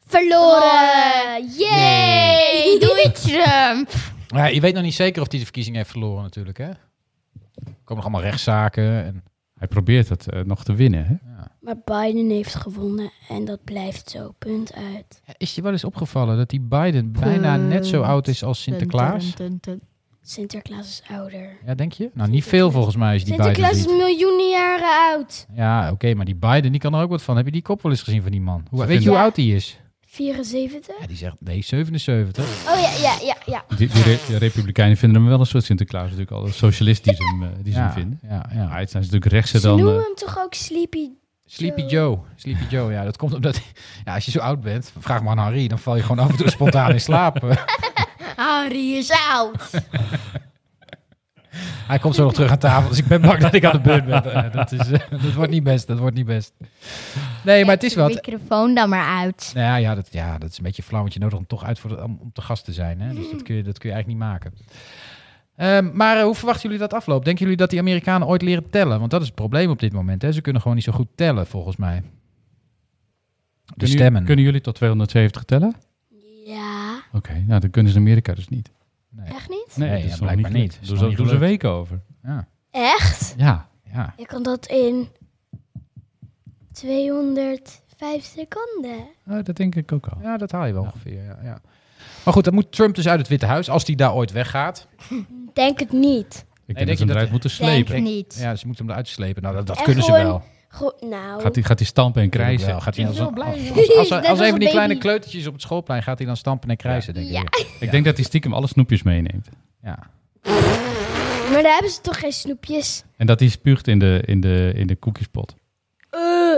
S2: Verloren. Yay.
S7: Hey, doei Trump.
S3: Ja, je weet nog niet zeker of hij de verkiezingen heeft verloren natuurlijk, hè? Er komen nog allemaal rechtszaken. En...
S4: Hij probeert het eh, nog te winnen, hè?
S2: Maar Biden heeft gewonnen en dat blijft zo. Punt uit.
S3: Is je wel eens opgevallen dat die Biden bijna net zo oud is als Sinterklaas?
S2: Sinterklaas is ouder.
S3: Ja, denk je? Nou, niet veel volgens mij als je die
S2: Sinterklaas
S3: Biden
S2: is
S3: ziet.
S2: miljoenen jaren oud.
S3: Ja, oké, maar die Biden die kan er ook wat van. Heb je die kop wel eens gezien van die man? Hoe, weet je
S4: vinden-
S3: hoe oud die is?
S2: 74?
S3: Ja, die zegt B77.
S2: Oh ja, ja, ja, ja.
S4: Die, die re- die republikeinen vinden hem wel een soort Sinterklaas natuurlijk al. Een socialist die ze hem, eh, die ze hem
S3: Ja,
S4: vinden.
S3: ja,
S4: Ja,
S3: ja.
S4: het zijn natuurlijk rechtser
S2: Ze
S4: dan... eh,
S2: noemen hem toch ook Sleepy
S3: Sleepy
S2: Joe.
S3: Joe. Sleepy Joe, ja. Dat komt omdat... Ja, als je zo oud bent, vraag maar aan Harry. Dan val je gewoon af en toe spontaan in slaap.
S7: Harry is oud.
S3: Hij komt zo nog terug aan tafel. Dus ik ben bang dat ik aan de beurt ben. Eh, Dat, is, eh, dat wordt niet best. Dat wordt niet best. Nee, maar het is
S7: Zet
S3: wat.
S7: de microfoon dan maar uit.
S3: Nou ja, ja, dat, ja, dat is een beetje flauw, want je nodigt hem toch uit voor de- om, om te gast te zijn. Hè? Dus dat kun, je, dat kun je eigenlijk niet maken. Ehm, maar eh, hoe verwachten jullie dat afloopt? Denken jullie dat die Amerikanen ooit leren tellen? Want dat is het probleem op dit moment. Hè? Ze kunnen gewoon niet zo goed tellen, volgens mij. De
S4: kunnen,
S3: stemmen.
S4: jullie- kunnen jullie tot 270 tellen?
S2: Ja,
S4: Oké, nou dan kunnen ze in Amerika dus niet.
S2: echt niet?
S3: Nee, ja,
S4: is nog
S3: blijkbaar niet.
S4: gelukt.
S3: Is
S4: Doen
S3: nog
S4: ze,
S3: niet
S4: doen ze
S3: gelukt.
S4: weken over.
S3: Ja,
S2: Echt?
S4: Ja.
S3: ja.
S2: Je kan dat in 205 seconden.
S4: Oh, dat denk ik ook al.
S3: ja, dat haal je wel ongeveer. Ja, ja. Maar goed, dan moet Trump dus uit het Witte Huis, als die daar ooit weggaat.
S2: Denk het niet.
S4: Ik
S3: denk
S4: denk
S3: je
S4: dat ze hem
S3: dat-
S4: eruit moeten
S7: Denk
S4: slepen.
S7: niet.
S3: Ja, ze moeten hem eruit slepen. Nou, dat, dat
S2: En
S3: kunnen ze
S2: gewoon
S3: wel.
S2: Goed, nou.
S4: Gaat hij gaat die stampen en krijzen?
S3: Wel, Gaat hij als,
S7: ben
S3: een-
S7: zo
S3: als,
S7: blij.
S3: als, als, als
S2: Net als
S3: een
S2: een
S3: van die kleine
S2: baby.
S3: kleutertjes op het schoolplein gaat hij dan stampen en krijzen, denk ik.
S7: Ja.
S3: weer.
S4: Ik denk dat hij stiekem alle snoepjes meeneemt.
S3: Ja.
S2: Maar daar hebben ze toch geen snoepjes?
S4: En dat hij spuugt in de, in de, in de koekjespot.
S2: Eh,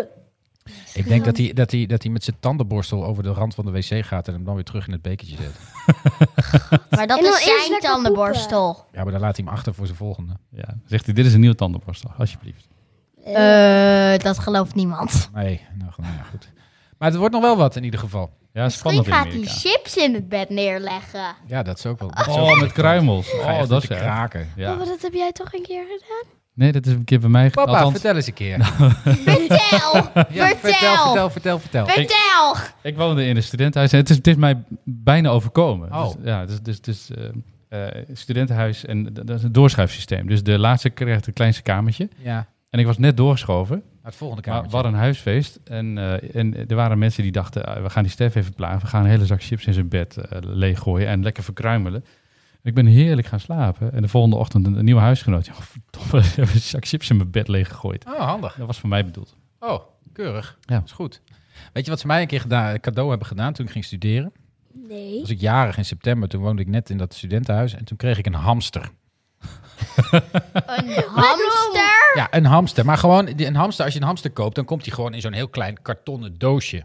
S3: Ik denk dat hij, dat, hij, dat hij met zijn tandenborstel over de rand van de wc gaat en hem dan weer terug in het bekertje zet.
S7: Maar dat
S2: En dan
S7: is
S2: eerst
S7: zijn
S2: lekker
S7: tandenborstel.
S3: Ja, maar dan laat hij hem achter voor zijn volgende.
S4: Ja, dan zegt hij, dit is een nieuw tandenborstel, alsjeblieft.
S7: Eh, dat gelooft niemand.
S3: Nee, nou goed, nou ja, goed. Maar het wordt nog wel wat in ieder geval.
S4: Ja,
S7: Misschien
S4: spannend in
S7: gaat hij
S4: Amerika.
S7: chips in het bed neerleggen.
S3: Ja, dat is ook wel. Dat is ook
S4: Oh, met kruimels.
S3: Ga je
S4: Oh,
S3: echt
S4: dat is
S3: zitten
S4: erg.
S3: kraken.
S2: Papa,
S4: Ja.
S2: Oh, dat heb jij toch een keer gedaan?
S4: Nee, dat is een keer bij mij.
S3: Papa,
S4: Althans,
S3: vertel eens een keer.
S7: Vertel!
S3: Ja, vertel, vertel, vertel, vertel.
S7: Vertel!
S4: Ik woonde in een studentenhuis en het is, het is mij bijna overkomen.
S3: Oh.
S4: Dus, ja, dus, dus, dus eh, eh, studentenhuis en d- dat is een doorschuifsysteem. Dus de laatste kreeg het kleinste kamertje.
S3: Ja, naar
S4: En ik was net doorgeschoven.
S3: het volgende
S4: Maar
S3: kamertje.
S4: we hadden een huisfeest en, eh, en er waren mensen die dachten, ah, we gaan die Stef even plagen. We gaan een hele zak chips in zijn bed eh, leeggooien en lekker verkruimelen. En ik ben heerlijk gaan slapen. En de volgende ochtend een, een nieuwe huisgenoot. Ja, verdomme, ze hebben een zak chips in mijn bed leeggegooid.
S3: Oh, handig.
S4: Dat was voor mij bedoeld.
S3: Oh, keurig.
S4: Ja.
S3: Is goed. Weet je wat ze mij een keer gedaan, cadeau hebben gedaan toen ik ging studeren?
S2: Nee.
S3: was ik jarig in september. Toen woonde ik net in dat studentenhuis. En toen kreeg ik een hamster.
S7: Een hamster?
S3: Ja, een hamster. Maar gewoon, die- een hamster, als je een hamster koopt, dan komt die gewoon in zo'n heel klein kartonnen doosje.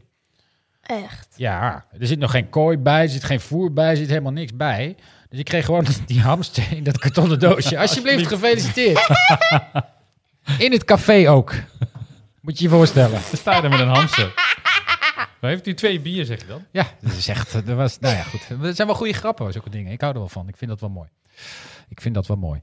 S2: Echt.
S3: Ja, er zit nog geen kooi bij, er zit geen voer bij, er zit helemaal niks bij. Dus ik kreeg gewoon die hamster in dat kartonnen doosje. Alsjeblieft, gefeliciteerd. In het café ook. Moet je je voorstellen.
S4: Dan sta je daar met een hamster. Maar heeft hij twee bier, zeg je dan?
S3: Ja, dat is echt, dat was, nou ja, goed. Het zijn wel goede grappen, zulke dingen. Ik hou er wel van. Ik vind dat wel mooi. Ik vind dat wel mooi.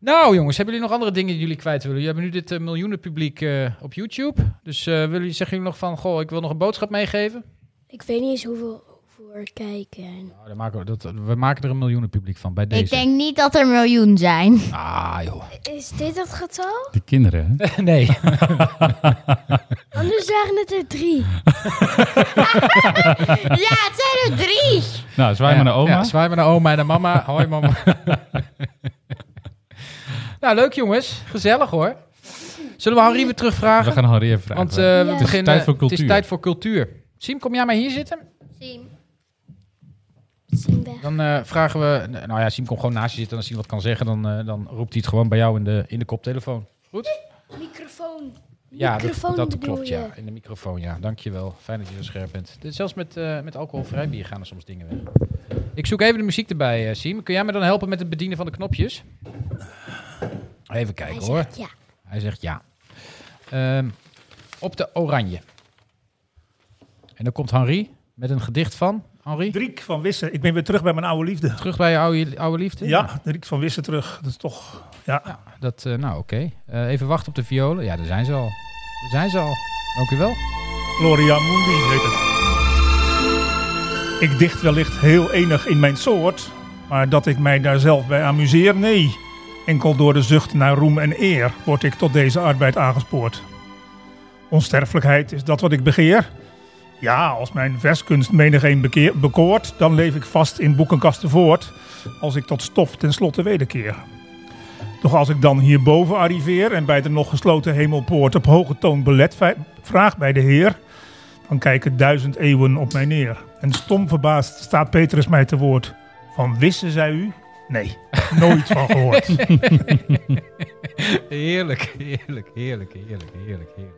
S3: Nou jongens, hebben jullie nog andere dingen die jullie kwijt willen? Jullie hebben nu dit eh, miljoenen publiek eh, op YouTube. Dus eh, willen jullie, zeggen jullie nog van, goh, ik wil nog een boodschap meegeven?
S2: Ik weet niet eens hoeveel voor kijken.
S3: Nou, dan maken we, dat, we maken er een miljoenen publiek van bij deze.
S7: Ik denk niet dat er miljoen zijn.
S3: Ah joh.
S2: Is dit het getal?
S4: De kinderen, hè?
S3: Nee.
S2: Anders waren het er drie.
S7: Ja, het zijn er drie!
S4: Nou, zwaai
S3: Ja,
S4: maar naar oma.
S3: Ja, zwaai maar naar oma en naar mama. Hoi mama. nou leuk jongens, gezellig hoor. Zullen we Henri weer terugvragen?
S4: we gaan Harry even vragen.
S3: Want eh, we
S2: Het is
S3: beginnen-
S4: tijd voor
S3: Het is
S4: cultuur.
S3: tijd voor cultuur. Siem, kom jij maar hier zitten?
S2: Zien weg.
S3: Dan eh, vragen we... Nou ja, Siem, kom gewoon naast je zitten. En als Siem wat kan zeggen, dan, eh, dan roept hij het gewoon bij jou in de, in de koptelefoon. Goed?
S2: Microfoon.
S3: Ja,
S2: Microfoon
S3: dat, dat
S2: bedoel
S3: klopt,
S2: je?
S3: ja. In de microfoon, ja. Dankjewel. Fijn dat je zo scherp bent. Dit- Zelfs met, eh, met alcoholvrij bier gaan er soms dingen weg. Ik zoek even de muziek erbij, eh Siem. Kun jij me dan helpen met het bedienen van de knopjes? Even kijken,
S2: Hij
S3: hoor.
S2: zegt ja.
S3: Hij zegt ja. Ehm, op de oranje. En dan komt Henri met een gedicht van... Henri?
S5: Driek van Wissen. Ik ben weer terug bij mijn oude liefde.
S3: Terug bij je oude, oude liefde?
S5: Ja, Driek van Wissen terug. Dat is toch... Ja.
S3: Dat, eh, nou, oké. Eh, even wachten op de violen. Ja, daar zijn ze al. Daar zijn ze al. Dank u wel.
S5: Gloria Mundi heet het. Ik dicht wellicht heel enig in mijn soort, maar dat ik mij daar zelf bij amuseer, nee. Enkel door de zucht naar roem en eer word ik tot deze arbeid aangespoord. Onsterfelijkheid is dat wat ik begeer. Ja, als mijn verskunst menigeen bekeer- bekoort, dan leef ik vast in boekenkasten voort, als ik tot stof tenslotte wederkeer. Doch als ik dan hierboven arriveer en bij de nog gesloten hemelpoort op hoge toon belet, vraag bij de Heer dan kijken duizend eeuwen op mij neer. En stom verbaasd staat Petrus mij te woord. Van wissen zij u? Nee, nooit van gehoord.
S3: Heerlijk, heerlijk, heerlijk, heerlijk, heerlijk, heerlijk.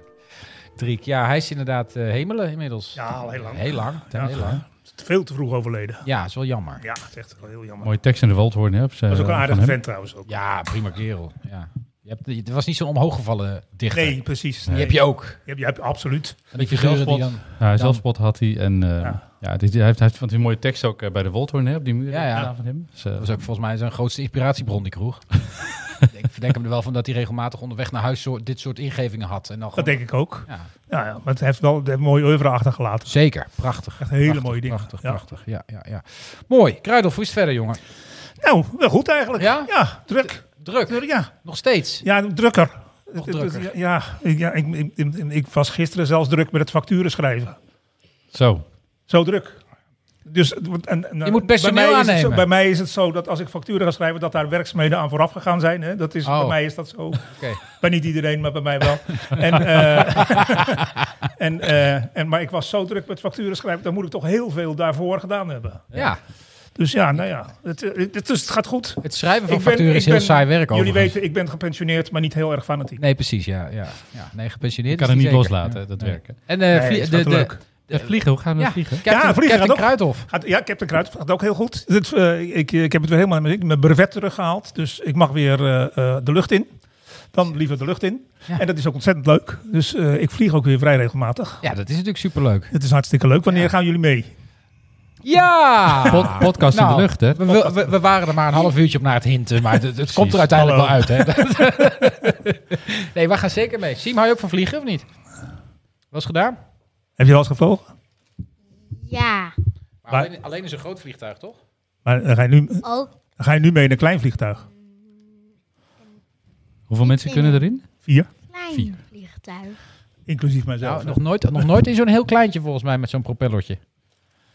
S3: Driek, ja, hij is inderdaad eh, hemelen inmiddels.
S5: Ja, al heel lang.
S3: Heel lang,
S5: Ja.
S3: heel lang.
S5: Veel te vroeg overleden.
S3: Ja, is wel jammer.
S5: Ja, dat is echt wel heel jammer.
S4: Mooie tekst in de Waldhoorn. hè, op zijn-
S5: Dat was ook een
S4: van
S5: aardige
S4: hem.
S5: vent trouwens ook.
S3: eh, Ja, prima kerel. Ja. Je hebt, het was niet zo'n omhooggevallen dichter.
S5: Nee, precies.
S3: Die heb je ook.
S5: Je hebt, je hebt- absoluut.
S3: Van die figuren die
S4: zelfspot.
S3: dan...
S4: Ja, zelfspot had hij. En eh,
S5: Ja.
S4: ja. dit- hij, heeft, hij heeft van die mooie tekst ook eh, bij de Waldhoorn hè, op die muur
S3: Ja, ja.
S4: gedaan van hem. Dus, eh,
S3: Dat was ook volgens mij zijn grootste inspiratiebron, die kroeg. ik verdenk hem er wel van dat hij regelmatig onderweg naar huis zo- dit soort ingevingen had. En dan
S5: Dat
S3: gewoon,
S5: denk ik ook.
S3: Ja.
S5: Ja, ja, maar het heeft wel een mooie oeuvre achtergelaten.
S3: Zeker, prachtig.
S5: Echt hele
S3: Prachtig,
S5: mooie dingen.
S3: Prachtig,
S5: Ja.
S3: prachtig. Ja, ja, ja. Mooi. Kruidel, hoe is het verder, jongen?
S5: Nou, wel goed eigenlijk.
S3: Ja?
S5: druk.
S3: Druk.
S5: Ja,
S3: Nog steeds.
S5: ja drukker. Het- het-
S3: drukker.
S5: het- Ja, ik- ja ik, ik, ik, ik was gisteren zelfs druk met het facturen schrijven.
S4: Zo.
S5: Zo druk. Dus, het wordt- en, en,
S3: Je moet
S5: bij
S3: personeel
S5: mij is het zo-
S3: aannemen.
S5: bij mij is het zo dat als ik facturen ga schrijven, dat daar werkzaamheden aan vooraf gegaan zijn. Hè? Dat is,
S3: Oh.
S5: Bij mij is dat zo.
S3: Oké.
S5: Bij niet iedereen, maar bij mij wel. en, eh, en, eh, en, maar ik was zo druk met facturen schrijven, dan moet ik toch heel veel daarvoor gedaan hebben.
S3: Ja,
S5: Dus ja, nou ja, het, het, het- dus het gaat goed.
S3: het schrijven van
S5: Ik ben-
S3: facturen
S5: ik
S3: is heel
S5: ben-
S3: saai werk
S5: Jullie
S3: overigens.
S5: weten, ik ben gepensioneerd, maar niet heel erg fanatiek.
S3: Nee, precies, ja. ja, ja. Nee, gepensioneerd
S4: Ik kan
S3: is
S4: het niet
S3: zeker.
S4: loslaten,
S3: Ja.
S4: dat
S3: Nee.
S4: werken.
S3: En
S5: Nee,
S3: eh
S5: dat
S3: vlie-
S5: is
S3: de,
S5: hartstikke
S3: de,
S5: leuk.
S4: Eh, vliegen, hoe gaan we
S3: ja,
S4: met vliegen?
S3: Captain,
S5: vliegen gaat
S3: Captain
S5: ook.
S3: Kruidhof.
S5: Gaat, ja, Captain Kruid gaat ook heel goed. Dit, eh, ik, ik heb het weer helemaal naar mijn zin. Mijn brevet teruggehaald, dus ik mag weer eh, eh, de lucht in. Dan liever de lucht in.
S3: Ja.
S5: En dat is ook ontzettend leuk. Dus eh, ik vlieg ook weer vrij regelmatig.
S3: Ja, dat is natuurlijk superleuk.
S5: Het is hartstikke leuk. Wanneer gaan jullie mee?
S3: Ja!
S4: Pod- podcast in
S3: Nou,
S4: de lucht, hè?
S3: We, we, we- we waren er maar een half uurtje op naar het hinten, maar het, het komt er uiteindelijk
S5: Hallo.
S3: wel uit. Hè? nee, we gaan zeker mee. Siem, hou je ook van vliegen of niet? Was gedaan?
S5: Heb je wel eens gevlogen?
S7: Ja,
S3: Maar
S5: Waar-
S3: alleen, alleen in zo'n groot vliegtuig, toch?
S5: Maar dan ga, je nu,
S7: ook
S5: dan ga je nu mee in een klein vliegtuig?
S4: Hoeveel mensen kunnen erin?
S5: Vier.
S7: klein vliegtuig.
S5: Inclusief mijzelf.
S3: Nou, nog nooit, nog nooit in zo'n heel kleintje volgens mij met zo'n propellertje.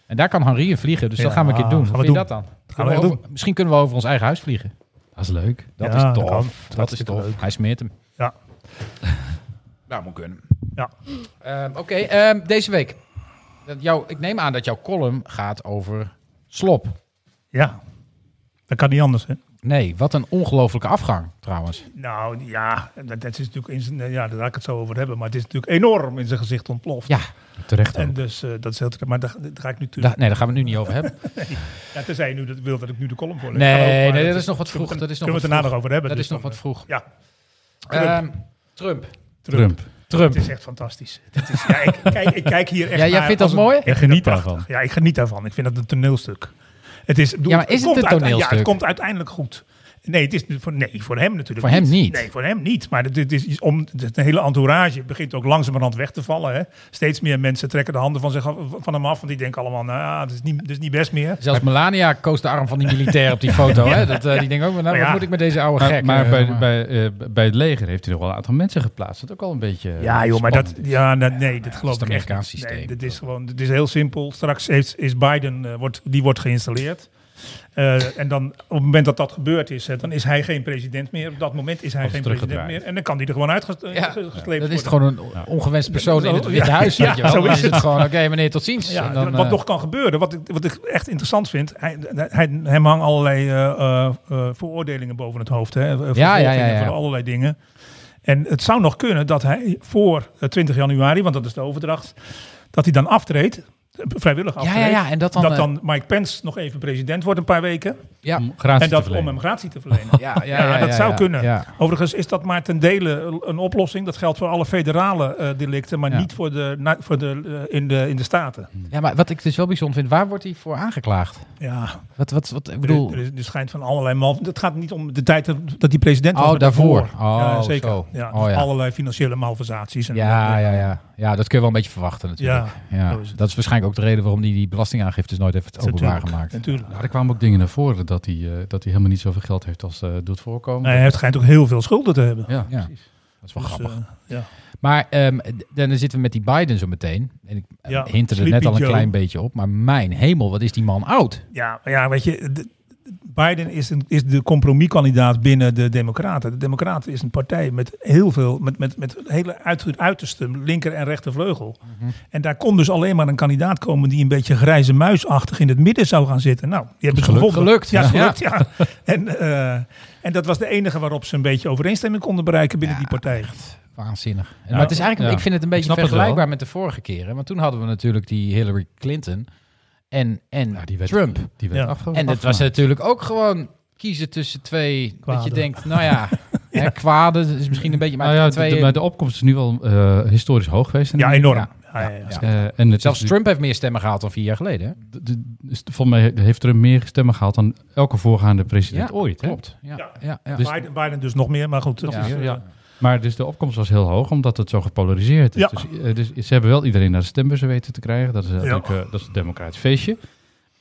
S3: En daar kan Henri in vliegen, dus dat
S5: Ja,
S3: gaan we een keer doen.
S5: gaan
S3: Hoe
S5: we
S3: vind je dat dan?
S5: Gaan we echt
S3: over- Misschien kunnen we over ons eigen huis vliegen.
S4: Dat is leuk.
S3: Dat
S5: Ja,
S3: is
S5: dat
S3: tof.
S5: kan.
S3: Dat, is
S5: Hartstikke
S3: tof.
S5: leuk.
S3: Hij smeert hem.
S5: Ja.
S3: Nou, moet kunnen.
S5: Ja.
S3: Ehm, Oké, ehm, deze week. Dat jou, ik neem aan dat jouw column gaat over slop.
S5: Ja, dat kan niet anders. Hè?
S3: Nee, wat een ongelofelijke afgang trouwens.
S5: Nou ja, dat, dat is natuurlijk in zijn, eh, ja, daar laat ik het zo over hebben. Maar het is natuurlijk enorm in zijn gezicht ontploft.
S3: Ja,
S4: Terecht
S5: En
S4: ook.
S5: dus eh, dat is heel te- Maar daar, daar ga ik
S3: da-
S5: nu natuurlijk.
S3: nee, daar gaan we het nu niet over hebben.
S5: Ja, tenzij je nu dat wil dat ik nu de column voor
S3: Nee, nee, dat is nog wat vroeg, dat is nog wat
S5: kunnen we het daarna
S3: vroeg.
S5: nog over hebben.
S3: Dat
S5: dus
S3: is nog
S5: dan,
S3: wat vroeg.
S5: eh, Ja, Trump.
S3: Ehm, Trump.
S5: Trump.
S3: Trump.
S5: Het is echt fantastisch. Het is, ja, ik, kijk, ik kijk hier echt
S3: Ja, jij
S5: naar
S3: vindt dat
S5: als een-
S3: mooi?
S5: Ik vind
S4: geniet
S5: dat prachtig.
S4: daarvan.
S5: Ja, ik geniet daarvan. Ik vind dat een toneelstuk. Het is, bedoel,
S3: Ja, maar is het
S5: komt
S3: een
S5: uite- Ja,
S3: toneelstuk?
S5: het komt uiteindelijk goed. Nee, het is nu voor, nee, voor hem natuurlijk
S3: Voor hem niet.
S5: Nee, voor hem niet. Maar dit is iets om, dit- de hele entourage begint ook langzamerhand weg te vallen. Hè. Steeds meer mensen trekken de handen van, zich, af- van hem af. Want die denken allemaal, nou, ja, dat is niet, dat is niet best meer.
S3: Zelfs Melania koos de arm van die militair op die foto. Hè? Dat, eh, Die denkt ook, nou,
S5: Maar
S3: wat
S5: ja.
S3: moet ik met deze oude
S4: Maar,
S3: gek?
S4: maar
S3: eh,
S4: bij,
S3: maar-
S4: bij, eh, bij het leger heeft hij nog wel een aantal mensen geplaatst. Dat ook al een beetje. eh,
S5: Ja, joh, maar dat,
S4: spannend is.
S5: ja, dat, nee, dat geloof
S3: het
S5: ik echt
S3: Amerikaans
S5: niet. Nee,
S3: systeem.
S5: dat is gewoon, dat is heel simpel. Straks heeft, is Biden, eh, wordt, die wordt geïnstalleerd. Eh, en dan op het moment dat dat gebeurd is, hè, dan is hij geen president meer. Op dat moment is hij
S4: Als
S5: geen president
S4: teruggedraaid.
S5: meer. En dan kan hij er gewoon uitgesleept
S3: Ja,
S5: worden.
S3: dat is het gewoon een ongewenst persoon in het Witte
S5: Ja,
S3: Huis. weet je wel.
S5: zo
S3: Dan
S5: is
S3: is het
S5: het.
S3: gewoon, oké meneer, tot ziens.
S5: Ja,
S3: En dan,
S5: wat
S3: eh,
S5: nog kan gebeuren, wat ik, wat ik echt interessant vind, hij, hij, hem hangen allerlei eh, eh, eh, veroordelingen boven het hoofd. Hè, eh, vervolgingen
S3: ja, ja, ja.
S5: Voor allerlei dingen. En het zou nog kunnen dat hij voor eh, 20 januari, want dat is de overdracht, dat hij dan aftreedt, eh, vrijwillig
S3: ja,
S5: aftreedt.
S3: ja, ja, en dat dan...
S5: dat
S3: eh,
S5: dan Mike Pence nog even president wordt een paar weken.
S3: ja,
S4: Om gratie
S5: En dat
S4: te
S5: om
S4: verlenen.
S5: hem gratie te verlenen.
S3: ja, ja,
S5: Ja,
S3: ja,
S5: dat
S3: ja,
S5: zou
S3: ja,
S5: kunnen.
S3: ja.
S5: Overigens is dat maar ten dele een oplossing. Dat geldt voor alle federale eh, delicten, maar
S3: Ja.
S5: niet voor de, na- voor de, eh, in, de, in de staten.
S3: Ja, maar wat ik dus wel bijzonder vind, waar wordt hij voor aangeklaagd?
S5: Ja,
S3: Wat, wat, wat, ik
S5: bedoel,
S3: bedoel...
S5: er, is- er schijnt van allerlei mal. Het gaat niet om de tijd dat- dat hij president was.
S3: Oh,
S5: maar
S3: daarvoor. Oh,
S5: ja, zeker.
S3: zo.
S5: Ja,
S3: Oh,
S5: dus
S3: ja.
S5: Allerlei financiële malversaties. En
S3: Ja, ja, ja. ja, dat kun je wel een beetje verwachten natuurlijk. Ja,
S5: zo is het.
S3: Dat is waarschijnlijk ook de reden waarom hij die belastingaangiftes nooit heeft openbaar
S5: Natuurlijk,
S3: gemaakt.
S5: Natuurlijk.
S4: Maar Nou, er kwamen ook dingen naar voren dat hij, eh, dat hij helemaal niet zoveel geld heeft als eh, doet voorkomen.
S5: Nee, hij schijnt ook heel veel schulden te hebben.
S4: ja.
S3: Ja, dat is wel
S5: Dus,
S3: grappig.
S5: eh, ja.
S3: Maar ehm, d- dan zitten we met die Biden zo meteen. En ik eh,
S5: Ja,
S3: hint er
S5: Sleepy
S3: net al een
S5: Joe.
S3: klein beetje op. Maar mijn hemel, wat is die man oud?
S5: Ja, maar ja, weet je, de- de- Biden is, een, is de compromiskandidaat binnen de Democraten. De Democraten is een partij met heel veel, met, met, met hele uit, uiterste linker- en rechtervleugel. En daar kon dus alleen maar een kandidaat komen die een beetje grijze muisachtig in het midden zou gaan zitten. Nou, die hebben ze
S4: Geluk-
S5: gevonden.
S4: gelukt,
S5: Ja,
S4: ja.
S5: is gelukt, ja. En, eh, en dat was de enige waarop ze een beetje overeenstemming konden bereiken binnen die partij.
S3: Waanzinnig. maar het is eigenlijk,
S4: ja.
S3: ik vind het een
S4: Ik
S3: beetje
S4: snap het wel.
S3: vergelijkbaar met de vorige keren. Want toen hadden we natuurlijk die Hillary Clinton en, en
S4: Nou, die werd-
S3: Trump.
S4: Die werd
S5: Ja.
S4: afge-
S3: En dat was
S4: afgemaakt.
S3: natuurlijk ook gewoon kiezen tussen twee. Dat je
S5: Kwaden.
S3: denkt, nou ja, hè, kwade is misschien een beetje. Maar
S4: Nou ja, de,
S3: twee,
S4: de- maar de opkomst is nu wel eh, historisch hoog geweest. in
S5: Ja,
S4: Amerika.
S5: enorm.
S3: Ja.
S5: Ja, ja, ja.
S3: Ja.
S4: Eh, en het
S3: zelfs
S4: is-
S3: Trump heeft meer stemmen gehaald dan vier jaar geleden. hè?
S4: de- de- is- Volgens mij heeft Trump meer stemmen gehaald dan elke voorgaande president ooit. Hè?
S3: Klopt. Ja, ja.
S5: Ja.
S3: ja,
S4: Dus-
S5: Biden, Biden dus nog meer, maar goed. dat
S3: Ja.
S5: is, eh,
S4: Ja. Maar dus de opkomst was heel hoog, omdat het zo gepolariseerd is.
S5: Ja.
S4: Dus, eh, dus ze hebben wel iedereen naar de stembussen weten te krijgen. Dat is, natuurlijk, eh, dat is een democratisch feestje.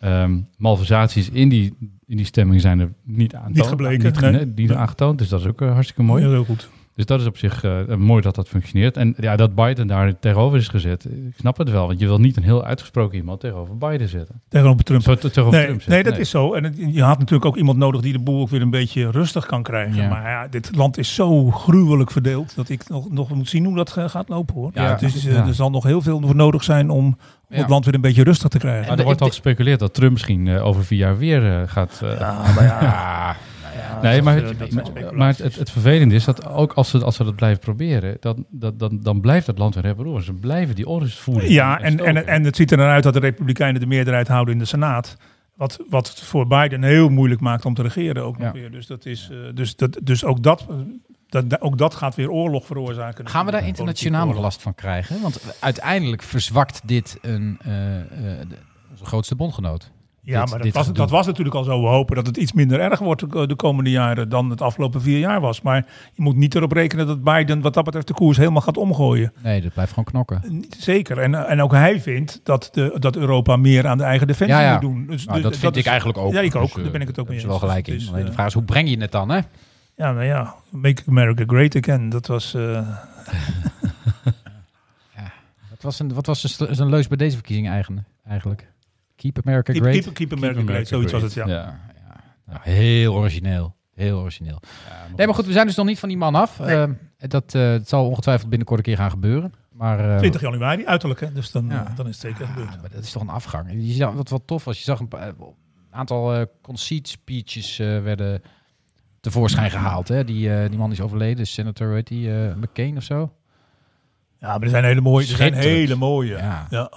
S4: Ehm, malversaties in die, in die stemming zijn er niet aan
S5: Niet gebleken,
S4: Niet,
S5: nee.
S4: gene- die
S5: Nee.
S4: aangetoond, dus dat is ook eh, hartstikke mooi.
S5: Heel, heel goed.
S4: Dus dat is op zich eh, mooi dat dat functioneert. En ja, dat Biden daar tegenover is gezet, eh, ik snap het wel. Want je wil niet een heel uitgesproken iemand tegenover Biden zetten.
S5: Tegenover Trump.
S4: Zo, te- tegenover
S5: Nee,
S4: Trump zetten.
S5: nee, dat is zo. En het- je had natuurlijk ook iemand nodig die de boel ook weer een beetje rustig kan krijgen.
S3: Ja.
S5: Maar ja, dit land is zo gruwelijk verdeeld dat ik nog, nog moet zien hoe dat eh, gaat lopen hoor.
S3: Ja,
S5: dus eh,
S4: ja.
S5: er zal nog heel veel voor nodig zijn om, om
S3: Ja.
S5: het land weer een beetje rustig te krijgen.
S4: Maar
S3: de-
S4: er wordt
S3: ik
S4: al gespeculeerd dat Trump misschien eh, over vier jaar weer eh, gaat... eh,
S5: Ja, maar ja,
S3: Ah.
S4: nee, maar,
S5: eh, dat
S4: het,
S5: zijn
S4: maar-
S5: speculaties.
S4: maar het, het vervelende is dat ook als ze, als ze dat blijven proberen, dan, dat, dan, dan blijft dat land weer hebben roer. Ze blijven die onrust voeren.
S5: ja en, en,
S4: stoken.
S5: en het ziet er dan uit dat de Republikeinen de meerderheid houden in de Senaat. Wat, wat het voor Biden heel moeilijk maakt om te regeren ook nog
S3: Ja.
S5: weer. Dus, dat is, eh, dus, dat, dus ook, dat, eh, dat, ook dat gaat weer oorlog veroorzaken.
S3: Gaan we daar
S5: Politieke
S3: internationaal nog
S5: oorlog.
S3: last van krijgen? Want uiteindelijk verzwakt dit een, eh, eh, de- onze grootste bondgenoot.
S5: Ja,
S3: dit-
S5: maar
S3: dit
S5: dat was,
S3: gedoe.
S5: dat was natuurlijk al zo. We hopen dat het iets minder erg wordt de, de komende jaren dan het afgelopen vier jaar was. Maar je moet niet erop rekenen dat Biden wat dat betreft de koers helemaal gaat omgooien.
S3: Nee, dat blijft gewoon knokken.
S5: Niet- Zeker. En, eh, en ook hij vindt dat, de, dat Europa meer aan de eigen defensie
S3: Ja, ja.
S5: moet doen. Dus-
S3: Nou,
S5: dus
S3: dat vind ik
S5: is-
S3: eigenlijk ook.
S5: Ja, ik ook.
S3: Dus, eh,
S5: Daar ben ik het ook
S3: daar
S5: mee
S3: hebben
S5: eens.
S3: ze wel gelijk
S5: Dus,
S3: in.
S5: eh,
S3: Alleen de vraag is, hoe breng je het dan, hè?
S5: ja, nou ja. Make America Great Again. Dat was... eh,
S3: Wat was een, wat was een, sl- een leus bij deze verkiezing eigen- eigenlijk? Keep America
S5: keep,
S3: Great?
S5: keep, keep America Great. Zoiets was het, ja.
S4: Ja.
S3: Nou, heel origineel. Heel origineel. Nee, maar goed, we zijn dus nog niet van die man af. Ehm, dat, eh, het zal ongetwijfeld binnenkort een keer gaan gebeuren. Maar, eh,
S5: 20 januari, uiterlijk. Hè? Dus dan,
S3: Ja.
S5: eh, dan is het zeker gebeurd.
S3: ja, maar dat is toch een afgang. Je zag, wat wel tof was, je zag een pa- eh, een aantal eh conceit speeches eh, werden tevoorschijn gehaald. Hè? Die, eh, die man is overleden, senator, hoe heet die, eh, McCain of zo.
S5: Ja, maar er zijn hele mooie. Er zijn
S3: Schitterend.
S5: hele mooie.
S3: Ja.
S5: Ja.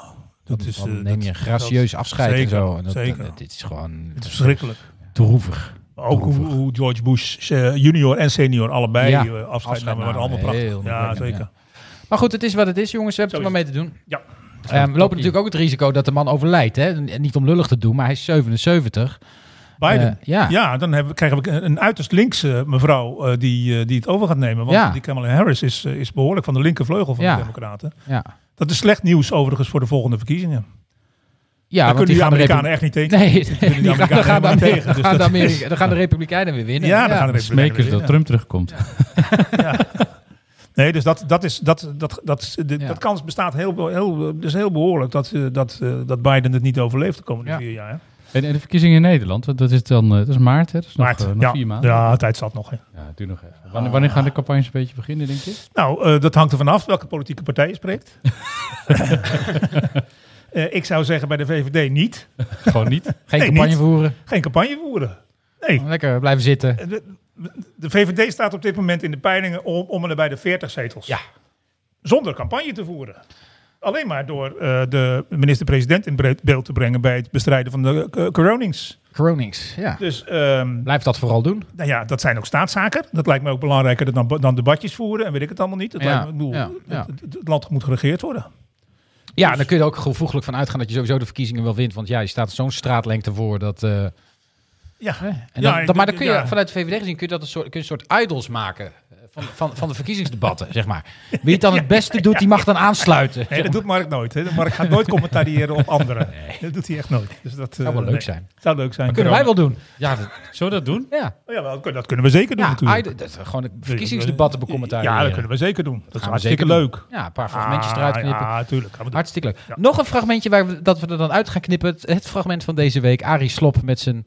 S5: Dat is,
S3: Dan
S5: eh,
S3: neem
S5: dat-
S3: je een gracieus afscheid en
S5: Zeker,
S3: zo. En dat,
S5: zeker.
S3: dat- dit is gewoon
S5: dat is verschrikkelijk.
S3: droevig.
S5: Maar Ook hoe,
S3: Droevig.
S5: hoe George Bush eh, junior en senior allebei
S3: Ja,
S5: eh, afscheid
S3: afscheid
S5: namen. waren
S3: namen.
S5: allemaal
S3: Heel
S5: prachtig. Ja,
S3: mooi,
S5: zeker.
S3: Maar goed, het is wat het is, jongens. We hebben
S5: Zo
S3: het er maar mee te doen.
S5: Ja.
S3: Eh, we lopen natuurlijk ook het risico dat de man overlijdt. Hè? En Niet om lullig te doen, maar hij is 77.
S5: Biden.
S3: Eh, ja.
S5: ja, dan hebben, we- krijgen we een, een uiterst linkse mevrouw eh, die, eh, die het over gaat nemen. Want
S3: Ja.
S5: die Kamala Harris is, eh, is behoorlijk van de linkervleugel van
S3: Ja.
S5: de Democraten.
S3: ja.
S5: Dat is slecht nieuws overigens voor de volgende verkiezingen.
S3: Ja,
S5: Daar
S3: want
S5: kunnen
S3: die
S5: de
S3: gaan de
S5: Amerikanen
S3: Republi-
S5: echt niet tegen.
S3: Nee,
S5: kunnen die
S3: die gaan, dan
S5: Amerikanen
S3: gaan, de
S5: helemaal niet
S3: Ameri-
S5: tegen, dus
S3: gaan de
S5: dat-
S3: Ameri- dan gaan de Republikeinen weer winnen.
S5: Ja, dan gaan de Republikeinen
S4: Smekers
S5: weer
S4: dat Trump
S5: winnen.
S4: terugkomt.
S5: Nee, dus dat, dat is dat dat dat is- de-
S3: Ja.
S5: dat kans bestaat heel heel dus heel behoorlijk dat eh, dat eh, dat Biden het niet overleeft de komende
S3: Ja.
S5: vier jaar. hè.
S4: En, en de verkiezingen in Nederland, want dat is dan eh, dat is maart, hè? Dat is nog,
S5: Maart,
S4: eh, nog
S5: ja,
S4: vier maanden.
S5: ja, tijd zat nog. Hè.
S4: Ja, doe nog even. Wanneer, wanneer gaan de campagnes een beetje beginnen, denk je?
S5: Nou, eh, dat hangt er vanaf welke politieke partij je spreekt. Eh, ik zou zeggen bij de VVD niet.
S4: Gewoon niet.
S3: Geen
S5: Nee,
S3: campagne
S5: niet.
S3: voeren.
S5: Geen campagne voeren. Nee.
S3: Lekker blijven zitten.
S5: Eh, De, de VVD staat op dit moment in de peilingen om, om en nabij de 40 zetels.
S3: Ja.
S5: Zonder campagne te voeren. Alleen maar door eh, de minister-president in breed- beeld te brengen bij het bestrijden van de eh, coronings.
S3: Gronings, ja.
S5: Dus ehm,
S3: Blijf dat vooral doen.
S5: nou ja, dat zijn ook staatszaken. Dat lijkt me ook belangrijker dan, dan debatjes voeren en weet ik het allemaal niet. Dat
S3: Ja,
S5: lijkt me, ik bedoel,
S3: ja, ja.
S5: Het, het- het land moet geregeerd worden.
S3: Ja, dan kun je er ook gevoeglijk van uitgaan dat je sowieso de verkiezingen wel wint. Want ja, je staat zo'n straatlengte voor. Dat, eh,
S5: Ja,
S3: en
S5: Ja,
S3: dan-
S5: ik
S3: dan- maar dan
S5: denk-
S3: kun je
S5: ja.
S3: vanuit de VVD gezien kun je dat een soort, kun je een soort idols maken. eh, Van, van, van de verkiezingsdebatten, zeg maar. Wie het dan het beste doet, die mag dan aansluiten.
S5: Nee, dat doet Mark nooit. Hè. Mark gaat nooit commentariëren op anderen. Dat doet hij echt nooit. Dus dat
S3: zou wel
S5: eh,
S3: leuk
S5: nee.
S3: zijn.
S5: Zou leuk zijn.
S3: Dat kunnen wij wel doen.
S4: Ja, dat, zullen we dat doen?
S3: Ja,
S5: Ja, wel, dat kunnen we zeker doen
S3: ja
S5: natuurlijk.
S3: idol- dat, gewoon de verkiezingsdebatten becommentariëren.
S5: Ja, dat kunnen we zeker doen. Dat is
S3: we
S5: hartstikke
S3: zeker
S5: leuk.
S3: Ja, een paar fragmentjes
S5: Ah,
S3: eruit knippen.
S5: Ja, tuurlijk. Gaan we doen.
S3: Hartstikke leuk.
S5: Ja.
S3: Nog een fragmentje waar we, dat we er dan uit gaan knippen. Het, het fragment van deze week. Arie Slop met zijn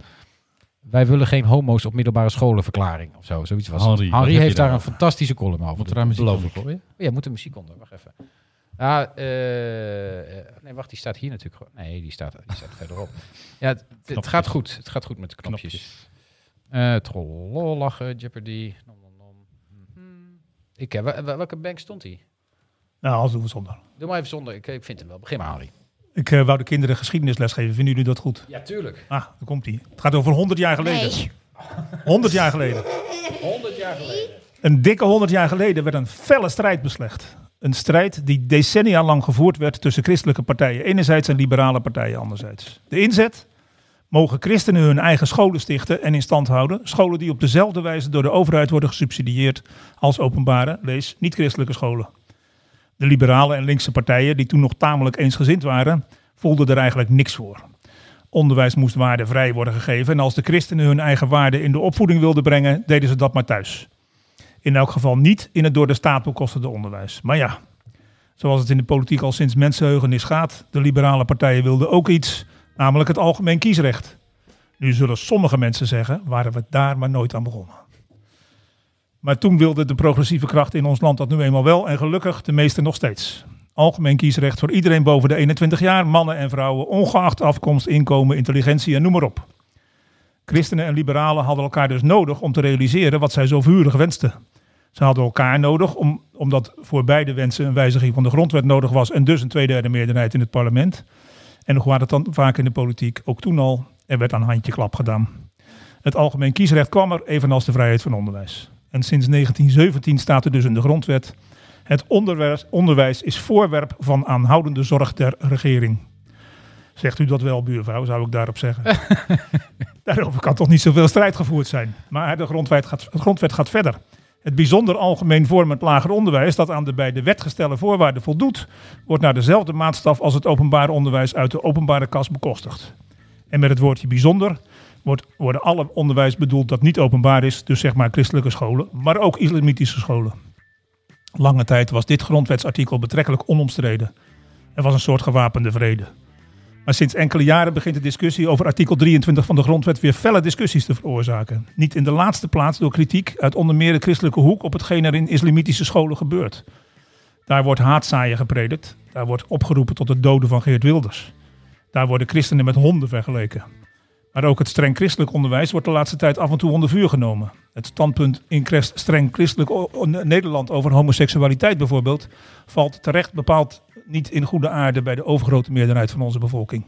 S3: Wij willen geen homo's op middelbare scholen verklaring of zo. Zoiets was het.
S4: Henri, wat heb je
S3: heeft daar
S4: daar?
S3: een fantastische column over.
S4: Moet er aan muziek
S3: Beloof
S4: onder,
S3: ik.
S4: hoor je?
S3: Oh, ja, moet er muziek onder. Wacht even. Ja, eh, eh, nee, wacht, die staat hier natuurlijk gewoon. Nee, die staat, die staat verderop. Ja, het, het
S4: Knopjes.
S3: gaat goed. Het gaat goed met de knopjes. Eh Trollol lachen, Jeopardy. Nom, nom, nom. Mhm. Ik, heb wel- wel- welke bank stond hij?
S5: Nou, als doen we zonder.
S3: Doe maar even zonder. Ik, ik vind hem wel. Begin maar, Harry.
S5: Ik eh, wou de kinderen geschiedenisles geven. Vinden jullie dat goed?
S3: Ja, tuurlijk.
S5: Ah, daar komt hij. Het gaat over 100 jaar geleden.
S7: Nee.
S5: 100 jaar geleden.
S3: 100 jaar geleden.
S5: Een dikke 100 jaar geleden werd een felle strijd beslecht. Een strijd die decennia lang gevoerd werd tussen christelijke partijen enerzijds en liberale partijen anderzijds. De inzet? Mogen christenen hun eigen scholen stichten en in stand houden? Scholen die op dezelfde wijze door de overheid worden gesubsidieerd als openbare, lees niet-christelijke scholen. De liberale en linkse partijen, die toen nog tamelijk eensgezind waren, voelden er eigenlijk niks voor. Onderwijs moest waardevrij worden gegeven en als de christenen hun eigen waarden in de opvoeding wilden brengen, deden ze dat maar thuis. In elk geval niet in het door de staat bekostende onderwijs. Maar ja, zoals het in de politiek al sinds mensenheugenis gaat, de liberale partijen wilden ook iets, namelijk het algemeen kiesrecht. Nu zullen sommige mensen zeggen, waren we daar maar nooit aan begonnen. Maar toen wilde de progressieve kracht in ons land dat nu eenmaal wel en gelukkig de meesten nog steeds. Algemeen kiesrecht voor iedereen boven de 21 jaar, mannen en vrouwen, ongeacht afkomst, inkomen, intelligentie en noem maar op. Christenen en liberalen hadden elkaar dus nodig om te realiseren wat zij zo vurig wensten. Ze hadden elkaar nodig om, omdat voor beide wensen een wijziging van de grondwet nodig was en dus een tweederde meerderheid in het parlement. En hoe gaat het dan vaak in de politiek? Ook toen al, er werd aan handje klap gedaan. Het algemeen kiesrecht kwam er, evenals de vrijheid van onderwijs. En sinds 1917 staat er dus in de grondwet, het onderwijs, onderwijs is voorwerp van aanhoudende zorg der regering. Zegt u dat wel, buurvrouw, zou ik daarop zeggen. Daarover kan toch niet zoveel strijd gevoerd zijn. Maar de grondwet gaat, de grondwet gaat verder. Het bijzonder algemeen vormend lager onderwijs dat aan de bij de wet gestelde voorwaarden voldoet, wordt naar dezelfde maatstaf als het openbaar onderwijs uit de openbare kas bekostigd. En met het woordje bijzonder wordt, worden alle onderwijs bedoeld dat niet openbaar is, dus zeg maar christelijke scholen, maar ook islamitische scholen. Lange tijd was dit grondwetsartikel betrekkelijk onomstreden. Er was een soort gewapende vrede. Maar sinds enkele jaren begint de discussie over artikel 23 van de grondwet weer felle discussies te veroorzaken. Niet in de laatste plaats door kritiek uit onder meer de christelijke hoek op hetgeen er in islamitische scholen gebeurt. Daar wordt haatzaaien gepredikt, daar wordt opgeroepen tot het doden van Geert Wilders. Daar worden christenen met honden vergeleken. Maar ook het streng christelijk onderwijs wordt de laatste tijd af en toe onder vuur genomen. Het standpunt in cres- streng christelijk o- o- Nederland over homoseksualiteit bijvoorbeeld valt terecht bepaald niet in goede aarde bij de overgrote meerderheid van onze bevolking.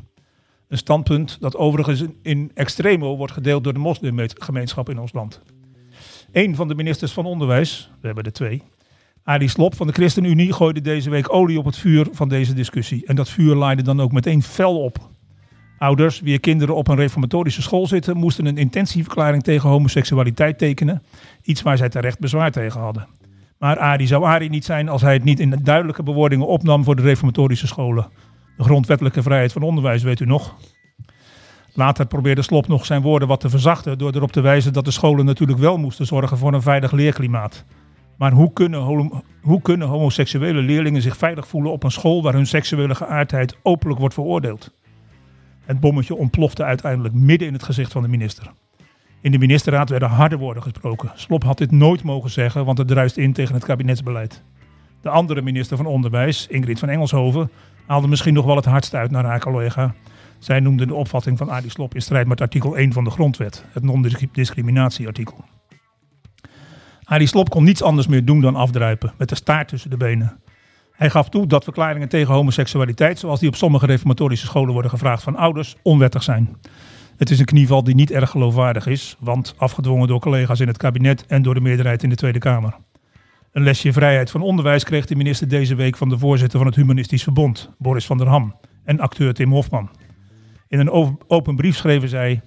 S5: Een standpunt dat overigens in- in extremo wordt gedeeld door de moslimgemeenschap in ons land. Een van de ministers van Onderwijs, we hebben er twee, Arie Slob van de ChristenUnie gooide deze week olie op het vuur van deze discussie. En dat vuur laaide dan ook meteen fel op. Ouders, wie kinderen op een reformatorische school zitten, moesten een intentieverklaring tegen homoseksualiteit tekenen. Iets waar zij terecht bezwaar tegen hadden. Maar Ari zou Ari niet zijn als hij het niet in duidelijke bewoordingen opnam voor de reformatorische scholen. De grondwettelijke vrijheid van onderwijs, weet u nog. Later probeerde Slob nog zijn woorden wat te verzachten door erop te wijzen dat de scholen natuurlijk wel moesten zorgen voor een veilig leerklimaat. Maar hoe kunnen, holo- hoe kunnen homoseksuele leerlingen zich veilig voelen op een school waar hun seksuele geaardheid openlijk wordt veroordeeld? Het bommetje ontplofte uiteindelijk midden in het gezicht van de minister. In de ministerraad werden harde woorden gesproken. Slop had dit nooit mogen zeggen, want het druist in tegen het kabinetsbeleid. De andere minister van Onderwijs, Ingrid van Engelshoven, haalde misschien nog wel het hardst uit naar haar collega. Zij noemde de opvatting van Adi Slop in strijd met artikel 1 van de grondwet, het non-discriminatieartikel. Adi Slop kon niets anders meer doen dan afdruipen, met de staart tussen de benen. Hij gaf toe dat verklaringen tegen homoseksualiteit, zoals die op sommige reformatorische scholen worden gevraagd van ouders, onwettig zijn. Het is een knieval die niet erg geloofwaardig is, want afgedwongen door collega's in het kabinet en door de meerderheid in de Tweede Kamer. Een lesje vrijheid van onderwijs kreeg de minister deze week van de voorzitter van het Humanistisch Verbond, Boris van der Ham, en acteur Tim Hofman. In een o- open brief schreven zij: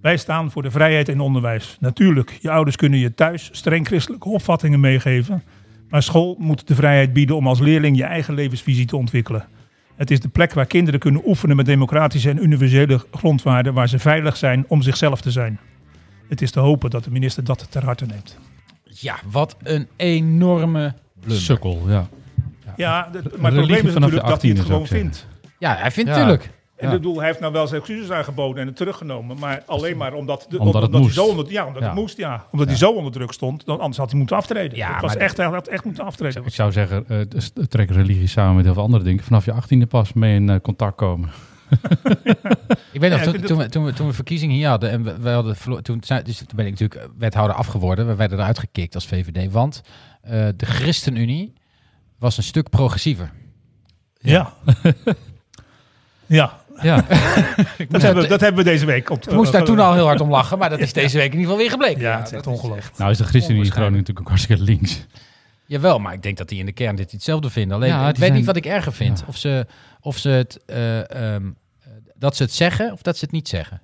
S5: Wij staan voor de vrijheid in onderwijs. Natuurlijk, je ouders kunnen je thuis streng christelijke opvattingen meegeven, maar school moet de vrijheid bieden om als leerling je eigen levensvisie te ontwikkelen. Het is de plek waar kinderen kunnen oefenen met democratische en universele grondwaarden waar ze veilig zijn om zichzelf te zijn. Het is te hopen dat de minister dat ter harte neemt.
S3: Ja, wat een enorme blunder.
S4: Sukkel, ja.
S5: Ja, d- maar
S4: religie
S5: het probleem is
S4: vanaf de
S5: natuurlijk dat hij
S4: 18e,
S5: het
S4: zou
S5: gewoon
S4: ik zeggen.
S5: vindt.
S3: Ja, hij vindt
S4: Ja.
S3: natuurlijk.
S5: En
S4: Ja.
S5: ik bedoel, hij heeft nou wel zijn excuses aangeboden en het teruggenomen. Maar alleen maar omdat, de,
S4: Omdat het moest.
S5: Hij zo onder, ja, omdat
S4: Ja.
S5: het moest, ja. Omdat hij zo onder druk stond, dan, anders had hij moeten aftreden.
S3: Ja,
S5: het was
S3: maar-
S5: echt, hij had echt moeten aftreden.
S4: Ik zou zeggen, eh, dus trek religie samen met heel veel andere dingen. Vanaf je achttiende pas mee in eh, contact komen.
S3: Ik weet nog,
S5: Ja,
S3: toen,
S5: ik vind
S3: toen, we, toen, we, toen we verkiezingen hier hadden en we, we hadden verlo- toen, zei- dus toen ben ik natuurlijk wethouder afgeworden. We werden eruit gekikt als VVD, want eh, de ChristenUnie was een stuk progressiever.
S5: Ja. ja,
S4: Ja,
S5: dat, hebben, we- dat hebben we deze week. Op, eh,
S3: Ik moest daar toen al heel hard om lachen, maar dat is deze week in ieder geval weer gebleken.
S5: Ja, het is echt
S3: dat
S5: ongelooflijk.
S4: nou is de ChristenUnie in Groningen
S3: Onwaarschijnlijk.
S4: natuurlijk ook hartstikke links.
S3: Jawel, maar ik denk dat die in de kern dit hetzelfde vinden. Alleen
S4: Ja,
S3: ik
S4: die
S3: weet
S4: zijn-
S3: niet wat ik erger vind. Of, ze, of ze het, eh, ehm, dat ze het zeggen of dat ze het niet zeggen.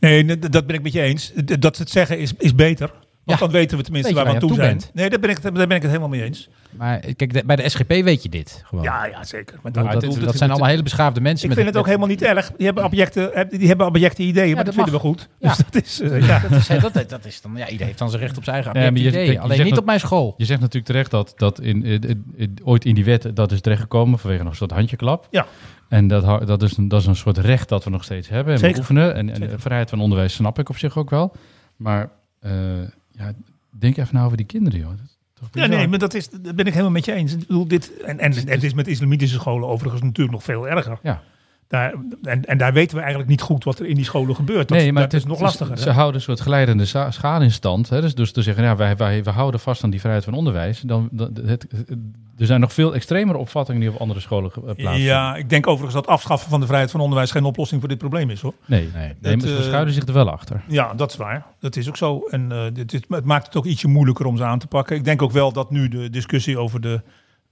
S5: Nee, nee, d- dat ben ik met je eens. D- Dat ze het zeggen is, is beter. Want
S3: Ja.
S5: dan weten we tenminste
S3: Weet je
S5: waar we aan
S3: waar
S5: toe
S3: je
S5: zijn.
S3: aan toe
S5: Nee, daar ben, ik, daar ben ik het helemaal mee eens.
S3: Maar eh, kijk, de- bij de SGP weet je dit gewoon.
S5: Ja, ja zeker. Maar
S3: Ik bedoel, dat, dat, zijn allemaal hele beschaafde mensen.
S5: Ik
S3: met-
S5: vind het ook helemaal niet erg. Die hebben objecten, heb- die hebben objecten ideeën, maar
S3: dat
S5: dat, vinden we goed.
S3: Ja.
S5: Dus dat is, eh, ja.
S3: Dat is, dat, dat is dan, ja, iedereen heeft dan zijn recht op zijn eigen
S4: Ja, maar
S3: object
S4: je-
S3: idee.
S4: kijk, je
S3: Alleen
S4: zegt
S3: niet
S4: dat-
S3: op mijn school.
S4: Je zegt natuurlijk terecht dat, dat in, in- in- in- ooit in die wet dat is terechtgekomen vanwege nog een soort handjeklap.
S5: Ja.
S4: En dat, ha- dat, is een, dat is een soort recht dat we nog steeds hebben en
S5: Zeker.
S4: beoefenen. En, en de
S5: Zeker.
S4: vrijheid van onderwijs snap ik op zich ook wel. Maar eh, ja, denk even na over die kinderen, joh. Dat is toch
S5: Ja,
S4: bizar.
S5: nee, maar dat, is, dat ben ik helemaal met je eens. Ik bedoel, dit, en, en het is met islamitische scholen overigens natuurlijk nog veel erger.
S4: Ja.
S5: Daar, en, en daar weten we eigenlijk niet goed wat er in die scholen gebeurt. Dat,
S4: nee, maar
S5: dat is nog lastiger.
S4: Ze,
S5: hè?
S4: houden een soort glijdende scha- schaal in stand. Hè? Dus, dus te zeggen, ja, wij, wij, wij houden vast aan die vrijheid van onderwijs. Dan, dan- het, het- er zijn nog veel extremere opvattingen die op andere scholen ge- eh, plaatsvinden.
S5: ja, ik denk overigens dat afschaffen van de vrijheid van onderwijs geen oplossing voor dit probleem is hoor.
S4: Nee, nee,
S5: Dat,
S4: maar ze
S5: eh,
S4: schuilen zich er wel achter.
S5: Ja, dat is waar. Dat is ook zo. En eh, dit, dit- het maakt het ook ietsje moeilijker om ze aan te pakken. Ik denk ook wel dat nu de discussie over, de,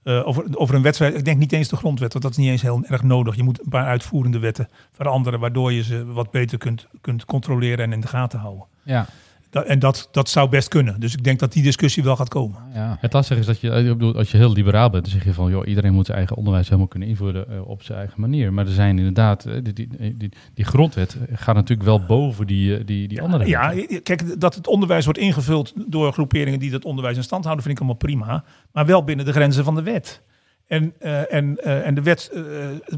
S5: eh, over, over een wedstrijd. Ik denk niet eens de grondwet, want dat is niet eens heel erg nodig. Je moet een paar uitvoerende wetten veranderen, waardoor je ze wat beter kunt, kunt controleren en in de gaten houden.
S3: Ja,
S5: Da- en dat, dat zou best kunnen. Dus ik denk dat die discussie wel gaat komen.
S3: ja.
S4: Het lastige is dat je, eh, ik bedoel, als je heel liberaal bent, dan zeg je van, joh, iedereen moet zijn eigen onderwijs helemaal kunnen invoeren eh, op zijn eigen manier. Maar er zijn inderdaad, eh, die, die, die, die grondwet eh, gaat natuurlijk wel boven die, eh, die, die andere.
S5: Ja,
S4: wetten.
S5: kijk, dat het onderwijs wordt ingevuld door groeperingen die dat onderwijs in stand houden, vind ik allemaal prima. Maar wel binnen de grenzen van de wet. En, eh, en, eh, en de wet eh,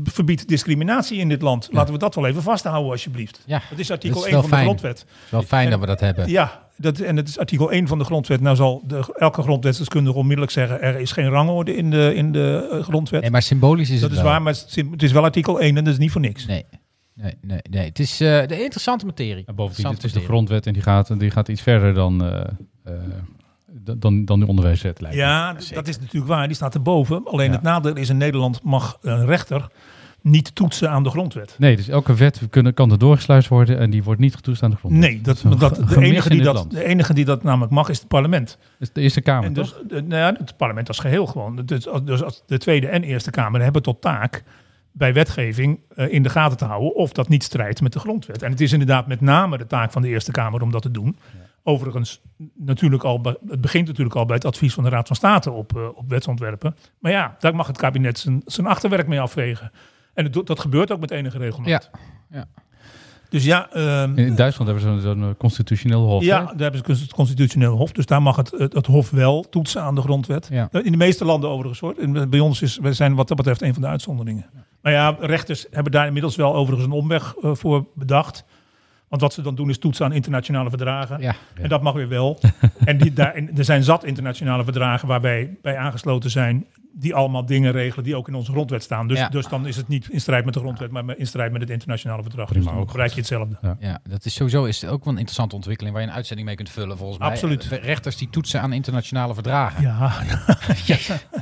S5: verbiedt discriminatie in dit land. Laten we dat wel even vasthouden, alsjeblieft.
S3: Ja,
S5: dat is artikel
S3: dat is wel
S5: 1 van de
S3: fijn.
S5: grondwet.
S3: Het is wel fijn dat we dat hebben.
S5: Ja, dat, en het is artikel 1 van de grondwet. Nou zal de, elke grondwetsdeskundige onmiddellijk zeggen, er is geen rangorde in de, in de eh, grondwet.
S3: Nee, maar symbolisch is
S5: dat
S3: het
S5: is
S3: wel.
S5: waar, maar het is- het is wel artikel 1 en dat is niet voor niks.
S3: Nee, nee, nee. nee. Het is eh, de interessante materie.
S4: En bovendien, het is de
S3: Interessante
S4: grondwet en die gaat, die gaat iets verder dan, eh, eh, dan, dan, dan de onderwijswet, lijkt me.
S5: Ja, d- dat is natuurlijk waar. Die staat erboven. Alleen
S4: Ja.
S5: het nadeel is in Nederland mag een rechter niet toetsen aan de grondwet.
S4: Nee, dus elke wet kunnen, kan er doorgesluist worden en die wordt niet getoetst aan de grond.
S5: Nee, dat,
S4: een
S5: dat,
S4: ge-
S5: de,
S4: gemis
S5: enige
S4: in dit
S5: die dat,
S4: land.
S5: de enige die dat namelijk mag is het parlement.
S4: Dus de Eerste Kamer,
S5: En dus,
S4: toch?
S5: eh, nou ja, het parlement als geheel gewoon. Dus, als- dus als de Tweede en Eerste Kamer hebben tot taak bij wetgeving eh, in de gaten te houden of dat niet strijdt met de grondwet. En het is inderdaad met name de taak van de Eerste Kamer om dat te doen. Overigens, natuurlijk al bij- het begint natuurlijk al bij het advies van de Raad van State op, eh, op wetsontwerpen. Maar ja, daar mag het kabinet zijn, zijn achterwerk mee afvegen. En het, doet- dat gebeurt ook met enige regelmaat.
S3: Ja.
S5: Dus ja, ehm,
S4: In Duitsland hebben ze zo'n zo'n constitutioneel hof.
S5: ja,
S4: hè?
S5: daar hebben ze het constitutioneel hof. Dus daar mag het, het, het hof wel toetsen aan de grondwet. Eh,
S3: Ja.
S5: In de meeste landen overigens hoor. En Bij ons is, wij zijn wat dat betreft een van de uitzonderingen. Maar ja, rechters hebben daar inmiddels wel overigens een omweg eh, voor bedacht. Want wat ze dan doen is toetsen aan internationale verdragen.
S3: Ja.
S5: En dat mag weer wel. en, die, daar, en er zijn zat internationale verdragen waar wij bij aangesloten zijn. Die allemaal dingen regelen die ook in onze grondwet staan. Dus,
S3: Ja.
S5: dus dan is het niet in strijd met de grondwet, maar in strijd met het internationale verdrag.
S4: Prima,
S5: dus dan
S4: ook
S5: bereik je hetzelfde.
S3: Ja, dat is sowieso is het ook wel een interessante ontwikkeling waar je een uitzending mee kunt vullen volgens mij.
S5: Absoluut.
S3: Eh, Rechters die toetsen aan internationale verdragen.
S5: Ja, ja,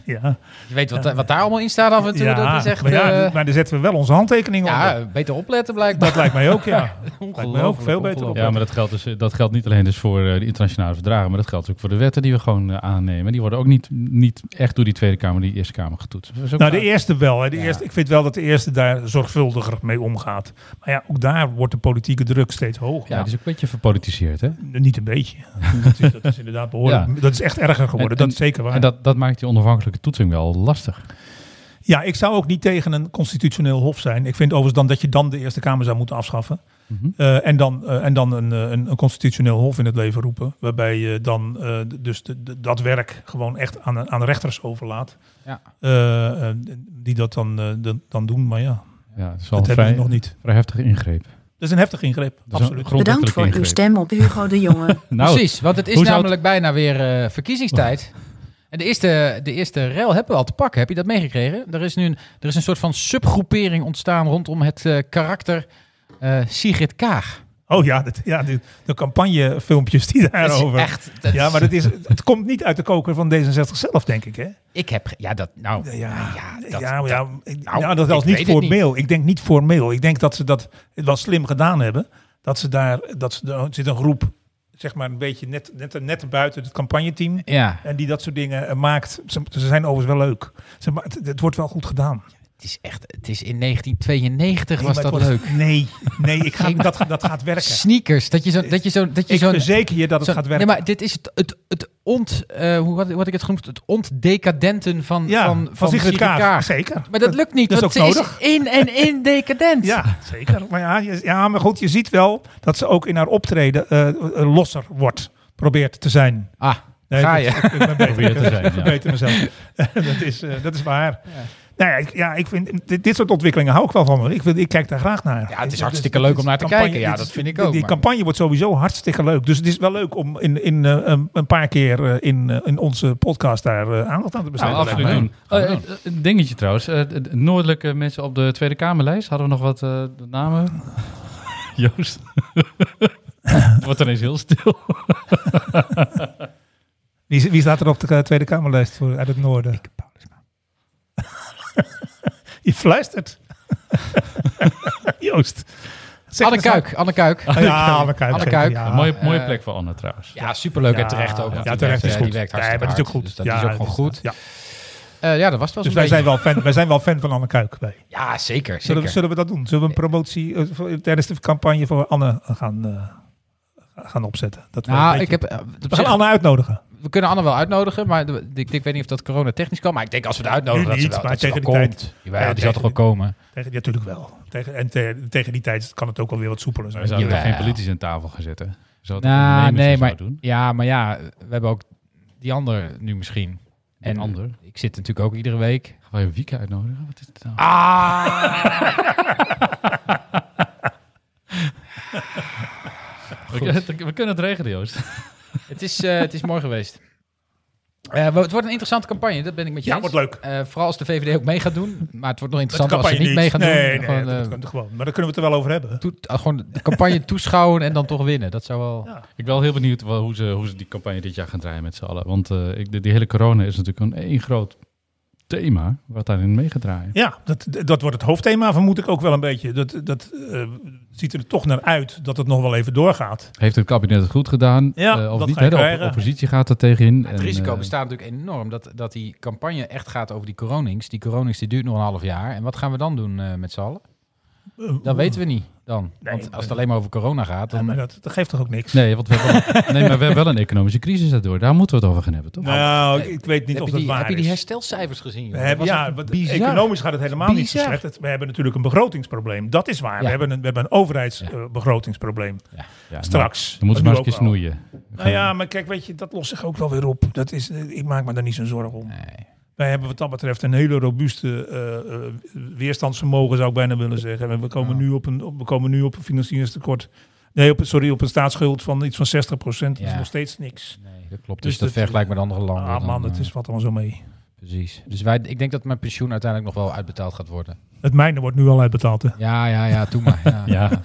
S5: ja.
S3: Je weet wat, wat daar allemaal in staat af en toe. dat is echt,
S5: maar, ja,
S3: eh,
S5: maar daar zetten we wel onze handtekening onder.
S3: ja, beter opletten blijkbaar.
S5: Dat lijkt mij ook, ja. lijkt mij ook
S3: Ongelooflijk,
S5: veel beter op.
S3: ongelooflijk.
S4: Ja, maar dat geldt, dus, eh, dat geldt niet alleen dus voor eh, de internationale verdragen, maar dat geldt ook voor de wetten die we gewoon eh, aannemen. Die worden ook niet, niet echt door die Tweede Kamer, die Eerste Kamer getoetst. Dat is ook
S5: Nou, de
S4: raar.
S5: eerste wel. Hè. De
S3: Ja.
S5: eerste, ik vind wel dat de eerste daar zorgvuldiger mee omgaat. Maar ja, ook daar wordt de politieke druk steeds hoger.
S4: ja, die is ook een beetje verpolitiseerd, hè?
S5: N- Niet een beetje. dat, is, dat is inderdaad behoorlijk.
S4: Ja.
S5: Dat is echt erger geworden,
S4: En-
S5: dat is zeker waar.
S4: En dat, dat maakt die onafhankelijke toetsing wel lastig.
S5: Ja, ik zou ook niet tegen een constitutioneel hof zijn. Ik vind overigens dan dat je dan de Eerste Kamer zou moeten afschaffen.
S4: Mhm.
S5: Eh, en dan, eh, en dan een, eh, een, een constitutioneel hof in het leven roepen. Waarbij je dan eh, d- dus de, de- dat werk gewoon echt aan, aan rechters overlaat.
S3: Ja.
S5: Eh, eh, die dat dan, eh, dan- dan doen. Maar ja,
S4: Ja, het is al
S5: Dat
S4: een
S5: hebben
S4: vrij,
S5: we nog niet.
S4: vrij heftige ingreep.
S5: Dat is een heftig ingreep,
S4: Dat is een
S5: absoluut.
S4: grondwettelijke
S10: Bedankt voor uw
S4: ingreep.
S10: stem op Hugo de Jonge.
S4: Nou,
S3: Precies, want het is
S4: hoe zou
S3: namelijk bijna weer eh, verkiezingstijd. En de eerste, de eerste rel hebben we al te pakken. Heb je dat meegekregen? Er is nu een, er is een soort van subgroepering ontstaan rondom het eh, karakter eh, Sigrid Kaag.
S5: Oh ja, dat, ja de, de campagnefilmpjes die
S3: Dat is
S5: daarover.
S3: echt, dat
S5: ja,
S3: is-
S5: maar het, is, het komt niet uit de koker van D66 zelf, denk ik. Hè?
S3: Ik heb... ge- Ja, dat... Nou...
S5: Ja, ja,
S3: ja,
S5: ja,
S3: dat-
S5: ja,
S3: dat-
S5: ik-
S3: nou,
S5: ja, dat
S3: ik
S5: was niet
S3: weet het niet.
S5: formeel. Ik denk niet formeel. Ik denk dat ze dat wel slim gedaan hebben. Dat ze daar, dat ze, er zit een groep, zeg maar een beetje net, net, net buiten het campagneteam.
S3: Ja,
S5: En die dat soort dingen eh, maakt. Ze, ze zijn overigens wel leuk. Ze, ma- het, het wordt wel goed gedaan.
S3: het is echt... Het is in 1992
S5: Nee,
S3: was
S5: maar
S3: dat
S5: het wordt-
S3: leuk.
S5: Nee, nee ik ga, dat, dat gaat werken.
S3: Sneakers, dat je zo'n... Dat je zo, dat je
S5: Ik
S3: zo'n
S5: verzeker je dat het
S3: zo'n-
S5: gaat werken.
S3: Nee, maar dit is het, het, het ont... eh, hoe had, hoe had ik het genoemd? Het ontdecadenten van,
S5: ja,
S3: van, van, Sigrid Kaag.
S5: Zeker.
S3: Maar dat lukt niet,
S5: dat is
S3: want
S5: ook
S3: ze
S5: nodig.
S3: is in en in decadent.
S5: Ja, zeker. Maar ja, je- ja, maar goed, je ziet wel dat ze ook in haar optreden eh, eh, losser wordt. Probeert te zijn.
S3: Ah,
S5: Nee,
S3: Ga
S5: dat-
S3: je?
S5: Ik, ik ben beter,
S4: Probeer te zijn,
S5: ik
S4: ja.
S5: verbeter mezelf. dat, is, eh, dat is waar. Nou ja, ik, ja, ik vind, dit, dit soort ontwikkelingen hou ik wel van. Ik, wil, ik kijk daar graag naar.
S3: Ja, het is
S5: Dit-
S3: hartstikke
S5: dit-
S3: leuk
S5: dit
S3: om naar te
S5: campagne-
S3: kijken. Ja,
S5: dit is-
S3: dat vind ik
S5: die-
S3: ook,
S5: Die
S3: maar-
S5: campagne wordt sowieso hartstikke leuk. Dus het is wel leuk om in, in, eh, een- een paar keer eh, in, eh, in onze podcast daar eh, aandacht
S4: Nou,
S5: aan te besteden.
S4: absoluut
S5: Lijkt mij.
S4: doen. Eh, eh, Een dingetje trouwens. Eh, de- de Noordelijke mensen op de Tweede Kamerlijst. Hadden we nog wat eh, de namen? Joost. Het wordt ineens heel stil.
S5: Wie, wie staat er op de eh, Tweede Kamerlijst voor, uit het noorden? Ik, Paulusma. Je fluistert. Joost. Zeg
S3: Anne
S5: eens aan-
S3: Kuik, Anne Kuik.
S5: Ah, Ja, Anne Kuik.
S3: Anne
S5: zeker,
S3: Kuik.
S5: ja.
S4: Een mooie, mooie
S3: eh,
S4: plek voor Anne trouwens.
S3: Ja, superleuk en terecht ook.
S5: Ja,
S3: want
S5: ja,
S3: die
S5: terecht
S3: werkt,
S5: is
S3: eh,
S5: goed.
S3: Die werkt
S5: Nee,
S3: hartstikke
S5: maar dat is ook
S3: hard,
S5: goed.
S3: Dus dat
S5: Ja,
S3: is ook gewoon
S5: dat
S3: goed.
S5: is- ja.
S3: Eh, ja, dat was het wel
S5: Dus
S3: eens
S5: wij
S3: een
S5: zijn,
S3: beetje.
S5: wel fan, wij zijn wel fan van Anne Kuik. Wij.
S3: Ja, zeker,
S5: Zullen, we,
S3: zeker.
S5: zullen we dat doen? Zullen we een promotie eh, voor- tijdens de campagne voor Anne gaan, eh, gaan opzetten? Dat we een
S3: Nou,
S5: beetje-
S3: ik heb, eh, op
S5: we
S3: zich-
S5: gaan Anne uitnodigen.
S3: we kunnen Anne wel uitnodigen, maar de- ik, ik weet niet of dat corona technisch kan. Maar ik denk als we haar uitnodigen,
S5: Nu
S3: dat ze
S5: niet,
S3: wel,
S5: maar
S3: dat ze
S5: tegen
S3: wel
S5: die
S3: komt.
S5: tijd.
S3: Jawel,
S5: Ja,
S3: die zal
S5: tegen
S3: toch wel komen.
S5: Tegen, ja, natuurlijk wel. Tegen, en te- tegen die tijd kan het ook alweer wat soepeler
S4: Wij
S5: zijn.
S4: zouden er
S3: Jawel.
S4: geen politici aan tafel gaan zetten. Zou het
S3: Nou,
S4: ondernemers
S3: nee,
S4: zo
S3: maar,
S4: Doen.
S3: ja, maar ja, we hebben ook die ander nu misschien. En
S4: Een ander.
S3: Ik zit natuurlijk ook iedere week.
S4: Gaan wij een weekend uitnodigen? Wat is dit nou?
S3: Ah! Ah,
S4: we, kunnen, we kunnen het regelen, Joost.
S3: Het is, eh, het is mooi geweest. Eh, maar het wordt een interessante campagne, dat ben ik met je
S5: Ja,
S3: eens.
S5: wordt leuk.
S3: Eh, vooral als de VVD ook mee gaat doen. Maar het wordt nog
S5: Met de
S3: interessant als ze niet mee gaan
S5: nee,
S3: doen.
S5: Nee,
S3: gewoon,
S5: dat
S3: eh,
S5: kan toch gewoon. Maar daar kunnen we het er wel over hebben.
S3: toe- ah, gewoon de campagne toeschouwen en dan toch winnen. Dat zou wel...
S5: Ja.
S4: Ik ben wel heel benieuwd wel hoe ze, hoe ze die campagne dit jaar gaan draaien met z'n allen. Want eh, ik, de- die hele corona is natuurlijk een één groot thema wat daarin mee gaat draaien.
S5: Ja, dat, dat wordt het hoofdthema, vermoed ik ook wel een beetje. Dat, dat eh, ziet er toch naar uit dat het nog wel even doorgaat.
S4: Heeft het kabinet het goed gedaan?
S5: Ja,
S4: Eh, of
S5: dat
S4: niet?
S5: ga je
S4: hè? De op-
S5: krijgen.
S4: oppositie gaat er tegenin.
S3: Het
S4: En,
S3: risico
S4: eh,
S3: bestaat natuurlijk enorm dat, dat die campagne echt gaat over die coronings. Die coronings die duurt nog een half jaar. En wat gaan we dan doen eh, met z'n allen?
S5: Eh,
S3: Dat weten we niet dan. Want als het alleen maar over corona gaat, dan...
S5: Maar dat, dat geeft toch ook niks?
S4: eh, Nee, want we hebben, wel- nee, maar we hebben wel een economische crisis daardoor. Daar moeten we het over gaan hebben, toch?
S5: Nou, ik- ik weet niet
S3: heb,
S5: of
S3: je
S5: dat
S3: die,
S5: waar
S3: heb je
S5: is.
S3: die herstelcijfers gezien?
S5: we
S3: joh?
S5: hebben,
S3: Dat was
S5: ja,
S3: echt
S5: want
S3: bizar.
S5: economisch gaat het helemaal niet zo
S3: Bizar.
S5: slecht. Het- We hebben natuurlijk een begrotingsprobleem. Dat is waar.
S3: Ja.
S5: We hebben een, we hebben een overheidsbegrotingsprobleem
S4: Ja,
S5: straks.
S4: Dan moeten we
S5: Dat
S4: maar eens een keer
S5: nu ook wel.
S4: snoeien.
S5: Nou ja, maar kijk, weet je, dat lost zich ook wel weer op. Dat is, eh, ik maak me daar niet zo'n zorgen om.
S3: Nee.
S5: Wij hebben wat dat betreft een hele robuuste eh, eh, weerstandsvermogen, zou ik bijna willen zeggen. En we komen, nu, op een, op- we komen nu op een financieringstekort. Nee, op, een- sorry, op een staatsschuld van iets van 60 Dat is
S3: Ja.
S5: nog steeds niks.
S3: Nee, dat klopt. Dus,
S5: Dus
S3: dat,
S5: dat-
S3: vergelijkt met andere landen.
S5: Ah
S3: dan,
S5: man, het
S3: eh,
S5: is wat allemaal zo mee.
S3: Precies. Dus wij, ik denk dat mijn pensioen uiteindelijk nog wel uitbetaald gaat worden.
S5: Het mijne wordt nu al uitbetaald. Hè?
S3: Ja, ja, ja, doe maar. Ja, ja.
S4: Ja,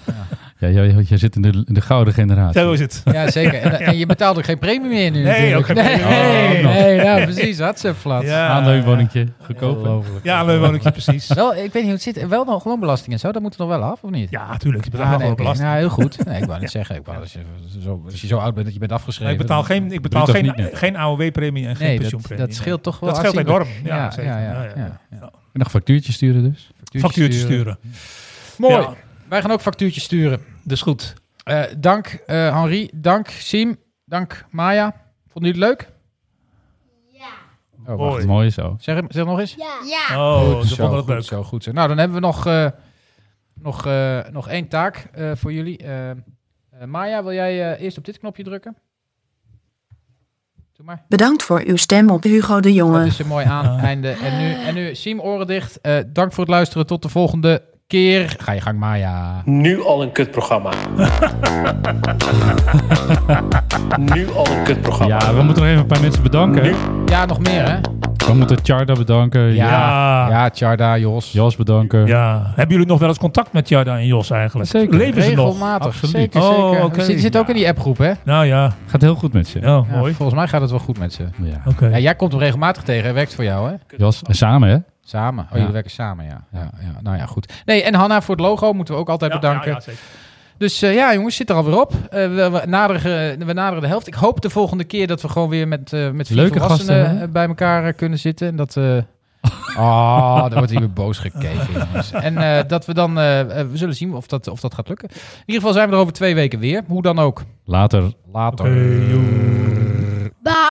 S4: ja. jij- jij- jij zit in de, in de gouden generatie.
S5: Zo is het.
S3: zeker. En, en je betaalt ook geen premie meer nu
S5: Nee,
S3: natuurlijk.
S5: ook geen
S3: nee,
S5: premie Oh,
S3: nee,
S4: meer.
S3: nee, nou, precies. Hartstikke
S5: Ja.
S4: Aanleunwoningje, goedkoper.
S5: Ja, leunwoningje, precies.
S3: Wel, ik weet niet hoe het zit. Wel nog gewoon belasting en zo. Dat moet er nog wel af, of niet?
S5: Ja, tuurlijk. Je
S3: Ah,
S5: betaalt
S3: nee,
S5: wel
S3: oké.
S5: belasting.
S3: Nou, heel goed. Nee, ik wou niet zeggen. Ik wou, als, je zo, als je zo oud bent dat je bent afgeschreven.
S5: ik betaal
S3: dan-
S5: geen, ik betaal
S4: Bruto niet
S5: geen,
S4: net.
S5: geen AOW-premie en geen
S3: Nee, dat,
S5: pensioenpremie.
S3: dat scheelt toch wel
S5: Dat scheelt enorm.
S3: aanzienlijk.
S5: Ja, zeker.
S3: ja, ja,
S5: Ja, ja,
S3: ja.
S4: En nog factuurtjes sturen dus.
S5: Factuurtje sturen.
S3: Mooi.
S5: Ja.
S3: Wij gaan ook factuurtjes sturen.
S5: Dus goed.
S3: Eh, dank eh Henri, dank Siem, dank Maya. Vond jullie het leuk?
S7: Ja.
S3: Oh,
S5: Mooi.
S3: wacht.
S4: Mooi zo.
S3: Zeg, hem- zeg nog eens.
S2: Ja.
S7: Ja.
S5: Oh,
S3: Goed
S5: ze vonden het
S3: goed
S5: leuk.
S3: Zo, goed zo. Nou, dan hebben we nog, eh, nog, eh, nog één taak eh, voor jullie. Eh, eh, Maya, wil jij eh, eerst op dit knopje drukken? Doe maar.
S10: Bedankt voor uw stem op Hugo de
S3: Dat
S10: Jonge.
S5: Ah.
S3: is een mooi aan- einde. En nu, en nu Siem, oren dicht. Eh, dank voor het luisteren. Tot de volgende keer. Ga je gang, Maya.
S11: Nu al een kutprogramma. nu al een kutprogramma.
S4: Ja, we moeten nog even een paar mensen bedanken.
S3: Ja, nog meer, hè?
S4: We moeten Charda bedanken.
S5: eh, Ja.
S3: ja Charda, Jos.
S4: Jos bedanken.
S5: Ja. Hebben jullie nog wel eens contact met Jarda en Jos eigenlijk?
S4: Zeker.
S5: Leven ze nog?
S3: Regelmatig.
S4: Absoluut.
S3: Zeker,
S5: Oh,
S3: zeker.
S5: oké.
S3: Ze Zit, zit ook in die appgroep, hè?
S5: Nou ja,
S4: Gaat heel goed met je.
S5: ja,
S3: Ja,
S5: mooi.
S3: Volgens mij gaat het wel goed met ze.
S4: Ja.
S5: Oké.
S3: Ja, jij komt hem regelmatig tegen. Hij werkt voor jou, hè?
S4: Jos, en samen hè?
S3: Samen. Oh,
S4: Ja.
S3: jullie werken samen, ja. Ja, ja. Nou ja, goed. Nee, en Hanna voor het logo moeten we ook altijd
S5: Ja,
S3: bedanken.
S5: ja, ja, zeker.
S3: Dus eh, ja, jongens, zit er alweer op. Eh, we, we, naderen, eh, we naderen de helft. Ik hoop de volgende keer dat we gewoon weer met, eh met vier
S4: Leuke
S3: volwassenen
S4: gasten, hè?
S3: eh, bij elkaar eh, kunnen zitten. En dat... eh Oh, dan wordt hier weer boos gekeken, jongens. En eh, dat we dan... eh, eh, we zullen zien of dat, of dat gaat lukken. In ieder geval zijn we er over twee weken weer. Hoe dan ook.
S4: Later.
S3: Later.
S5: Hey, joe.